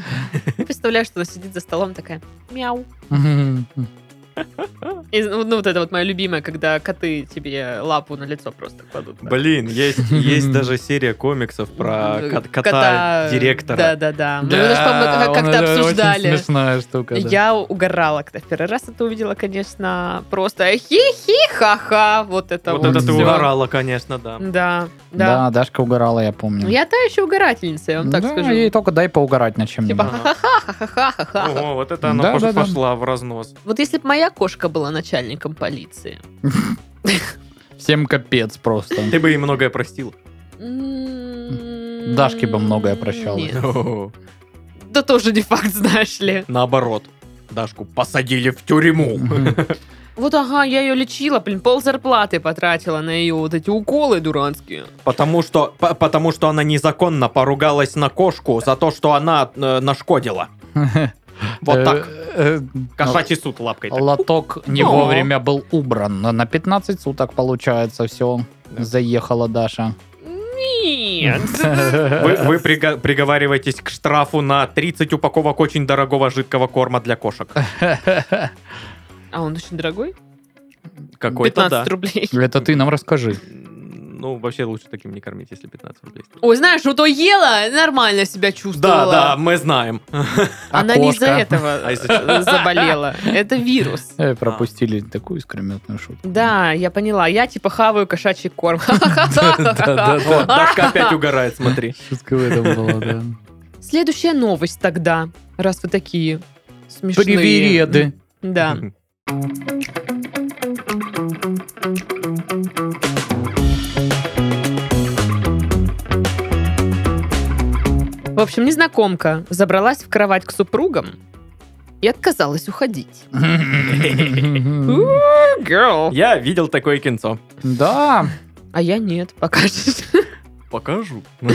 Speaker 1: Представляю, что она сидит за столом такая, мяу. Ну, И, ну, ну, вот это вот мое любимое, когда коты тебе лапу на лицо просто кладут.
Speaker 3: Блин, есть, есть даже серия комиксов про
Speaker 1: Э,
Speaker 3: кот- кота-директора.
Speaker 1: Ну, Да-да-да. Мы даже, по-моему,
Speaker 2: он
Speaker 1: как-то
Speaker 2: это очень
Speaker 1: обсуждали.
Speaker 2: смешная штука. да.
Speaker 1: Я угорала, когда в первый раз это увидела, конечно, просто хи-хи-ха-ха, вот это вот.
Speaker 3: Вот это ты
Speaker 1: всё.
Speaker 3: угорала, конечно, да.
Speaker 1: Да, да. Ну,
Speaker 2: Да, Дашка угорала, я помню.
Speaker 1: Я та еще угорательница, я вам так
Speaker 2: Да,
Speaker 1: скажу.
Speaker 2: ей только дай поугарать на чем-нибудь.
Speaker 1: Типа
Speaker 3: Ага.
Speaker 1: ха-ха-ха-ха-ха-ха-ха.
Speaker 3: Ого, вот это она
Speaker 2: Да,
Speaker 3: пож-
Speaker 2: да, да.
Speaker 3: пошла в разнос.
Speaker 1: Вот если бы моя кошка была начальником полиции.
Speaker 2: Всем капец просто.
Speaker 3: Ты бы ей многое простил.
Speaker 1: М,
Speaker 2: Дашке бы многое прощалось.
Speaker 1: м-м, нет. Да тоже не факт, знаешь ли.
Speaker 3: Наоборот, Дашку посадили в тюрьму.
Speaker 1: Вот ага, я ее лечила, блин, пол зарплаты потратила на ее вот эти уколы дурацкие.
Speaker 3: Потому что, по- потому что она незаконно поругалась на кошку за то, что она э, нашкодила. Вот так.
Speaker 2: Э, э,
Speaker 3: Кошачий суд лапкой. так.
Speaker 2: Лоток не
Speaker 1: О.
Speaker 2: вовремя был убран. На- На 15 суток получается все.
Speaker 3: Да.
Speaker 2: Заехала Даша.
Speaker 1: Нет.
Speaker 3: Вы, вы прига- приговариваетесь к штрафу на 30 упаковок очень дорогого жидкого корма для кошек.
Speaker 1: А он очень дорогой?
Speaker 3: Какой-то
Speaker 1: 15
Speaker 3: да.
Speaker 1: рублей.
Speaker 2: Это ты нам расскажи.
Speaker 3: М, Ну, вообще лучше таким не кормить, если 15 рублей. стоит.
Speaker 1: Ой, знаешь, вот то ела, нормально себя
Speaker 3: Да,
Speaker 1: чувствовала.
Speaker 3: да, мы знаем.
Speaker 2: А
Speaker 1: Она не из-за этого э,
Speaker 3: А из-за
Speaker 1: заболела. Это вирус.
Speaker 3: А.
Speaker 2: Э, Пропустили такую искрометную шутку.
Speaker 1: Да, я поняла. Я типа хаваю кошачий корм.
Speaker 2: Да-да-да.
Speaker 3: Вот, Дашка опять угорает, смотри.
Speaker 2: Шутка в этом была, да.
Speaker 1: Следующая новость тогда, раз вы такие смешные.
Speaker 2: Привереды.
Speaker 1: Да. В общем, незнакомка забралась в кровать к супругам и отказалась уходить. Girl.
Speaker 3: Я видел такое кинцо.
Speaker 2: Да.
Speaker 1: А я нет, покажешь.
Speaker 3: Покажу.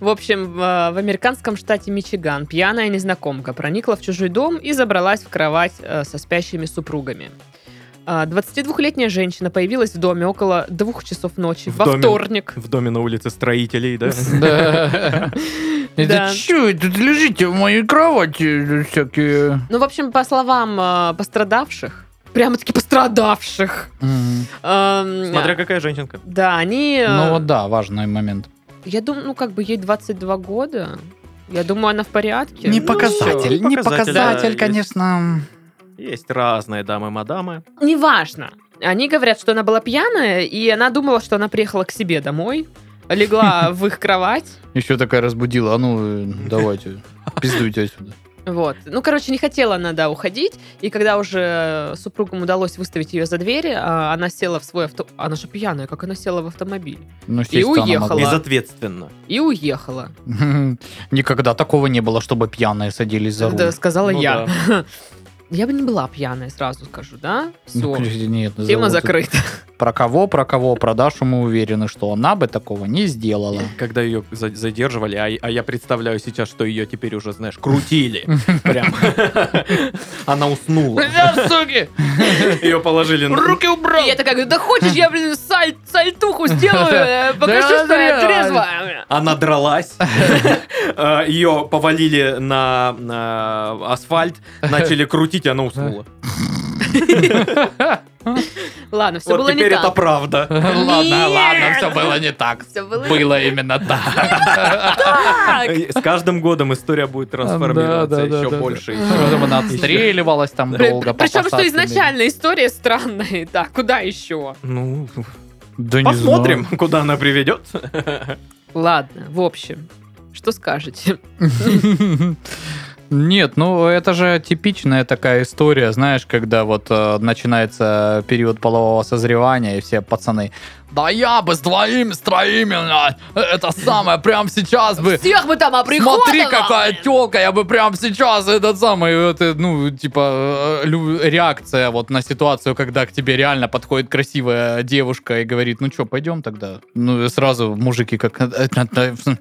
Speaker 1: В общем, в в американском штате Мичиган пьяная незнакомка проникла в чужой дом и забралась в кровать э, со спящими супругами. А, 22-летняя женщина появилась в доме около двух часов ночи
Speaker 3: В
Speaker 1: во
Speaker 3: доме.
Speaker 1: вторник.
Speaker 3: В доме на улице строителей, да?
Speaker 2: Да.
Speaker 1: Да.
Speaker 2: Это что, тут лежите в моей кровати э, всякие...
Speaker 1: Ну, в общем, по словам э, пострадавших, прямо-таки пострадавших,
Speaker 2: Мгм.
Speaker 1: эм,
Speaker 3: Смотря какая женщинка.
Speaker 1: да, они... э,
Speaker 2: Ну вот да, важный момент.
Speaker 1: Я думаю, ну, как бы ей 22 года. Я думаю, она в порядке.
Speaker 2: Не
Speaker 1: Ну,
Speaker 2: показатель, не
Speaker 3: показатель,
Speaker 2: показатель,
Speaker 3: да,
Speaker 2: конечно.
Speaker 3: Есть разные дамы-мадамы.
Speaker 1: Неважно. Они говорят, что она была пьяная, и она думала, что она приехала к себе домой, легла в их кровать.
Speaker 2: Еще такая разбудила, а ну э, давайте, пиздуйте отсюда.
Speaker 1: Вот. Ну, короче, не хотела она, да, уходить. И когда уже супругам удалось выставить ее за дверь, а, она села в свой авто... Она же пьяная, как она села в автомобиль.
Speaker 2: Ну, естественно, она
Speaker 1: уехала.
Speaker 2: могла.
Speaker 3: Безответственно.
Speaker 1: И уехала.
Speaker 2: Никогда такого не было, чтобы пьяные садились за руль.
Speaker 1: Да, сказала
Speaker 3: Ну
Speaker 1: я. Я бы не была пьяная, сразу скажу, да?
Speaker 2: Ну,
Speaker 1: Все.
Speaker 2: конечно, нет,
Speaker 1: Тема
Speaker 2: вот
Speaker 1: закрыта.
Speaker 2: Про кого, про кого, про Дашу мы уверены, что она бы такого не сделала.
Speaker 3: Когда ее за- задерживали, а, а я представляю сейчас, что ее теперь уже, знаешь, крутили. Прям. Она уснула.
Speaker 1: суки!
Speaker 3: Ее положили на...
Speaker 1: убрал! я такая говорю, да хочешь, я, блин, саль- сальтуху сделаю, э, покажу,
Speaker 2: Да,
Speaker 1: что я
Speaker 2: да.
Speaker 1: трезвая.
Speaker 3: Она дралась, ее повалили на, на асфальт, начали крутить, и она уснула.
Speaker 1: Ладно, все
Speaker 3: Вот
Speaker 1: было не
Speaker 3: теперь это
Speaker 1: так.
Speaker 3: правда.
Speaker 2: Ладно,
Speaker 1: Нет!
Speaker 2: ладно, все было не так.
Speaker 1: Все было не
Speaker 2: Было именно так.
Speaker 1: так.
Speaker 3: Э, С каждым годом история будет трансформироваться
Speaker 2: Да, да,
Speaker 3: еще
Speaker 2: да, да.
Speaker 3: больше.
Speaker 2: Потом она
Speaker 3: еще.
Speaker 2: отстреливалась там
Speaker 1: При-
Speaker 2: долго. по
Speaker 1: Причем, что
Speaker 2: посадке.
Speaker 1: изначально история странная. Да, куда еще?
Speaker 3: Ну,
Speaker 2: Да не
Speaker 3: посмотрим, куда она приведет.
Speaker 1: Ладно, в общем, что скажете?
Speaker 2: знаю. Нет, ну это же типичная такая история, знаешь, когда вот э, начинается период полового созревания, и все пацаны, да я бы с двоими, с троими, а, это самое, прям сейчас бы,
Speaker 1: Всех бы там оприходовали.
Speaker 2: Смотри, какая телка, я бы прям сейчас этот самый, это, ну, типа, э, лю- реакция вот на ситуацию, когда к тебе реально подходит красивая девушка и говорит, ну что, пойдем тогда? Ну, и сразу мужики как... э, э, э, э,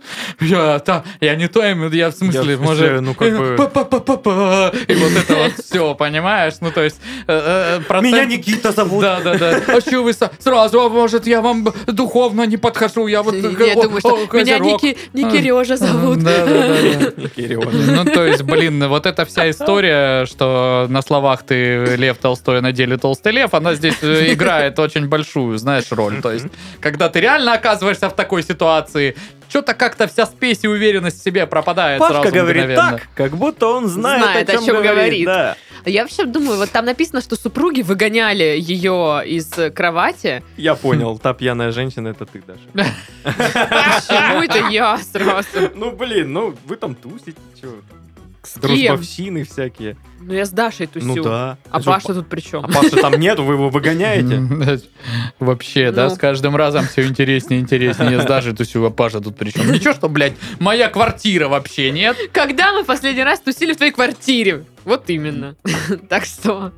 Speaker 2: Я, та- я не то, имею в виду, я в смысле,
Speaker 3: в смысле,
Speaker 2: может... Э,
Speaker 3: ну, как бы-
Speaker 2: па-па-па-па-па, И вот это вот все, понимаешь? Ну, то есть... э, э, процент-
Speaker 3: Никита
Speaker 2: да, да, да. А что вы са- сразу? А может, я вам духовно не подхожу? Я вот...
Speaker 1: Я
Speaker 2: о,
Speaker 1: думаю, что
Speaker 2: о,
Speaker 1: меня
Speaker 2: козерог».
Speaker 1: Ники- Никережа зовут.
Speaker 2: Да, да, да.
Speaker 3: Кирилл.
Speaker 2: Ну, то есть, блин, вот эта вся история, что на словах ты Лев Толстой, на деле Толстый Лев, она здесь э, играет очень большую, знаешь, роль. То есть, когда ты реально оказываешься в такой ситуации, что-то как-то вся спесь и уверенность в себе пропадает
Speaker 3: Пашка
Speaker 2: сразу
Speaker 3: говорит
Speaker 2: мгновенно.
Speaker 3: так, как будто он знает,
Speaker 1: Знает,
Speaker 3: о, чем говорит. да.
Speaker 1: Я вообще думаю, вот там написано, что супруги выгоняли ее из э, кровати.
Speaker 3: Я понял, та пьяная женщина, это ты, Даша.
Speaker 1: Почему это я сразу?
Speaker 3: Ну, блин, ну, вы там тусите, чего?
Speaker 1: С кем?
Speaker 3: Дружбовщины всякие.
Speaker 1: Ну я с Дашей тусю.
Speaker 3: да.
Speaker 1: А
Speaker 3: чё,
Speaker 1: Паша
Speaker 3: Па-
Speaker 1: тут при чем?
Speaker 3: А Паши там нету, вы его выгоняете?
Speaker 2: Вообще,
Speaker 1: Ну.
Speaker 2: да, с каждым разом все интереснее и интереснее. Я с Дашей тусю, а Паша тут причем. Ничего, что, блядь, моя квартира вообще, нет?
Speaker 1: Когда мы в последний раз тусили в твоей квартире? Вот именно. Так что...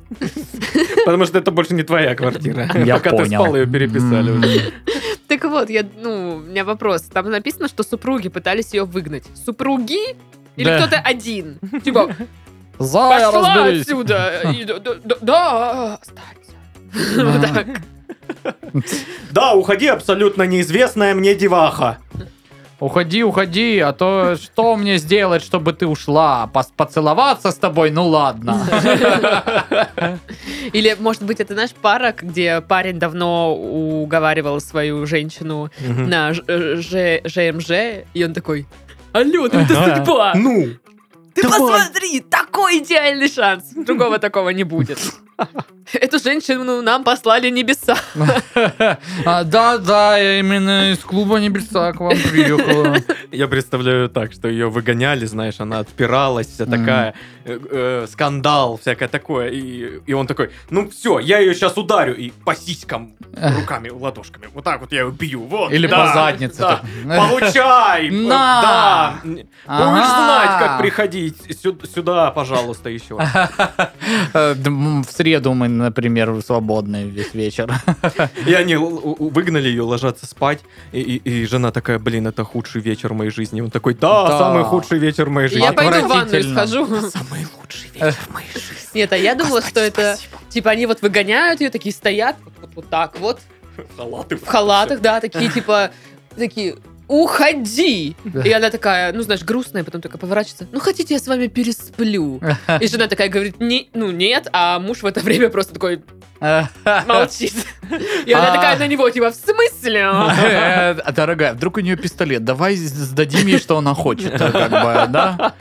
Speaker 3: Потому что это больше не твоя квартира.
Speaker 2: Я
Speaker 3: Пока ты
Speaker 2: понял.
Speaker 3: спал, ее переписали
Speaker 2: М.
Speaker 3: уже.
Speaker 1: Так вот, я, ну, у меня вопрос. Там написано, что супруги пытались ее выгнать. Супруги? Или
Speaker 2: Да.
Speaker 1: кто-то один? Типа,
Speaker 2: Зая,
Speaker 1: пошла
Speaker 2: разберись.
Speaker 1: отсюда! И д- д- д- Да, останься. Вот так.
Speaker 3: Да, уходи, абсолютно неизвестная мне деваха.
Speaker 2: Уходи, уходи, а то что мне сделать, чтобы ты ушла? Пос- Поцеловаться с тобой? Ну ладно.
Speaker 1: Или, может быть, это, знаешь, пара, где парень давно уговаривал свою женщину
Speaker 3: Мгм.
Speaker 1: на ж- э, Ж- ЖМЖ, и он такой, алло, ну это судьба!
Speaker 3: Ну,
Speaker 1: Ты посмотри, такой идеальный шанс! Другого такого не будет. Эту женщину нам послали небеса.
Speaker 2: А, Да, да, я именно из клуба небеса к вам приехала.
Speaker 3: Я представляю так, что ее выгоняли, знаешь, она отпиралась, вся такая, э, э, скандал, всякое такое. И, и он такой, ну все, я ее сейчас ударю. И по сиськам, руками, ладошками. Вот так вот я ее бью. Вот,
Speaker 2: Или
Speaker 3: да,
Speaker 2: по заднице.
Speaker 3: да.
Speaker 2: так.
Speaker 3: Получай!
Speaker 2: На!
Speaker 3: Да! Будешь
Speaker 2: Ага.
Speaker 3: знать, как приходить Сю- сюда, пожалуйста, еще.
Speaker 2: Э, да, м, В среду мы, например, свободны весь вечер.
Speaker 3: И они л- у- выгнали ее ложаться спать. И, и- и жена такая, блин, это худший вечер моей жизни. Он такой, да,
Speaker 2: Да.
Speaker 3: самый худший вечер моей
Speaker 1: И
Speaker 3: жизни.
Speaker 1: Я пойду в ванную
Speaker 2: Отвратительно.
Speaker 1: схожу.
Speaker 3: Самый лучший вечер в моей жизни.
Speaker 1: Нет, а я думала, что это, типа, они вот выгоняют ее, такие стоят, вот- вот- вот так вот,
Speaker 3: Салаты
Speaker 1: в халатах, да, такие типа, такие, уходи!
Speaker 2: Да.
Speaker 1: И она такая, ну, знаешь, грустная, потом только поворачивается, ну, хотите, я с вами пересплю? И жена такая говорит, «Не- ну, нет, а муж в это время просто такой
Speaker 3: Ну.
Speaker 1: молчит. И она
Speaker 2: А.
Speaker 1: такая на него, типа, в смысле?
Speaker 2: Э, Дорогая, вдруг у нее пистолет. Давай сдадим ей, что она хочет, э, как бы, да?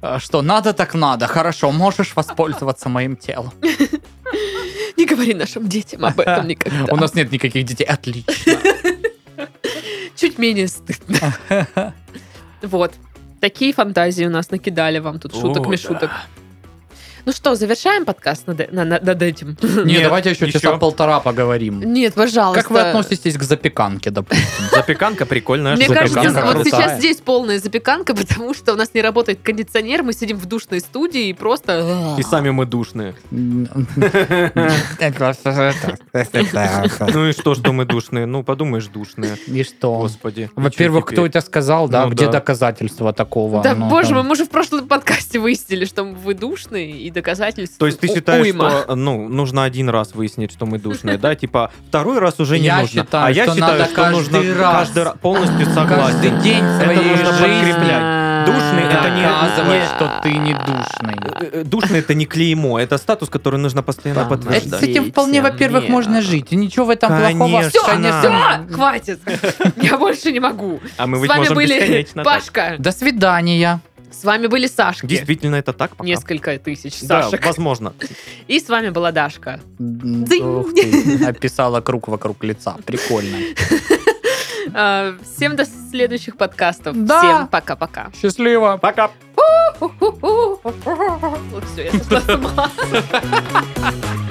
Speaker 2: А Что надо, так надо. Хорошо, можешь воспользоваться моим телом.
Speaker 1: Не говори нашим детям об этом никогда.
Speaker 2: У нас нет никаких детей. Отлично.
Speaker 1: Чуть менее стыдно. Вот. Такие фантазии у нас накидали вам тут
Speaker 3: О,
Speaker 1: шуток-мешуток. Ну что, завершаем подкаст над, э- на- на- над этим?
Speaker 2: Не,
Speaker 3: Нет,
Speaker 2: давайте еще
Speaker 3: еще.
Speaker 2: часа полтора поговорим.
Speaker 1: Нет, пожалуйста.
Speaker 2: Как вы относитесь к запеканке, допустим?
Speaker 3: Запеканка прикольная.
Speaker 1: Мне
Speaker 3: штука.
Speaker 1: кажется,
Speaker 2: запеканка
Speaker 1: вот
Speaker 2: крутая.
Speaker 1: сейчас здесь полная запеканка, потому что у нас не работает кондиционер, мы сидим в душной студии и просто...
Speaker 3: И сами мы душные. Ну и что, что мы душные? Ну, подумаешь, душные.
Speaker 2: И что?
Speaker 3: Господи. и
Speaker 2: Во-первых,
Speaker 3: чё
Speaker 2: кто
Speaker 3: теперь?
Speaker 2: это сказал, да?
Speaker 3: Ну
Speaker 2: Где
Speaker 3: да.
Speaker 2: доказательства такого?
Speaker 1: Да,
Speaker 2: Ну,
Speaker 1: боже
Speaker 2: там.
Speaker 1: мой, мы уже в прошлом подкасте выяснили, что вы душные, и доказательств
Speaker 3: То есть ты
Speaker 1: у-
Speaker 3: считаешь,
Speaker 1: уйма.
Speaker 3: что ну, нужно один раз выяснить, что мы душные, да? Типа, второй раз уже не
Speaker 2: Я
Speaker 3: нужно.
Speaker 2: считаю,
Speaker 3: а я
Speaker 2: что
Speaker 3: считаю,
Speaker 2: надо
Speaker 3: что
Speaker 2: каждый
Speaker 3: нужно
Speaker 2: раз.
Speaker 3: каждый раз. Полностью согласен.
Speaker 2: Каждый день своей
Speaker 3: нужно
Speaker 2: жизни
Speaker 3: подкреплять. Душный это не-
Speaker 2: доказывать,
Speaker 3: не-
Speaker 2: что ты не душный.
Speaker 3: Э, э, Душный это не клеймо, это статус, который нужно постоянно
Speaker 2: Да.
Speaker 1: подтверждаю.
Speaker 2: Это С
Speaker 3: подтверждать.
Speaker 2: этим вполне, во-первых,
Speaker 1: Нет.
Speaker 2: можно жить. И ничего в этом плохого,
Speaker 3: Конечно.
Speaker 2: конечно.
Speaker 1: Всё, хватит! Я больше не могу.
Speaker 3: А мы
Speaker 1: С
Speaker 3: ведь
Speaker 1: вами
Speaker 3: можем
Speaker 1: были
Speaker 3: бесконечно так.
Speaker 1: Пашка,
Speaker 2: До свидания.
Speaker 1: с вами были Сашки.
Speaker 3: Действительно, это так пока?
Speaker 1: Несколько тысяч
Speaker 3: Да,
Speaker 1: Сашек.
Speaker 3: возможно.
Speaker 1: И с вами была Дашка. Дзынь.
Speaker 2: Ух ты, Описала круг вокруг лица. Прикольно.
Speaker 1: А, Всем до следующих подкастов.
Speaker 2: Да.
Speaker 1: Всем пока-пока.
Speaker 2: Счастливо.
Speaker 3: Пока.
Speaker 1: Вот все, я сошла с ума.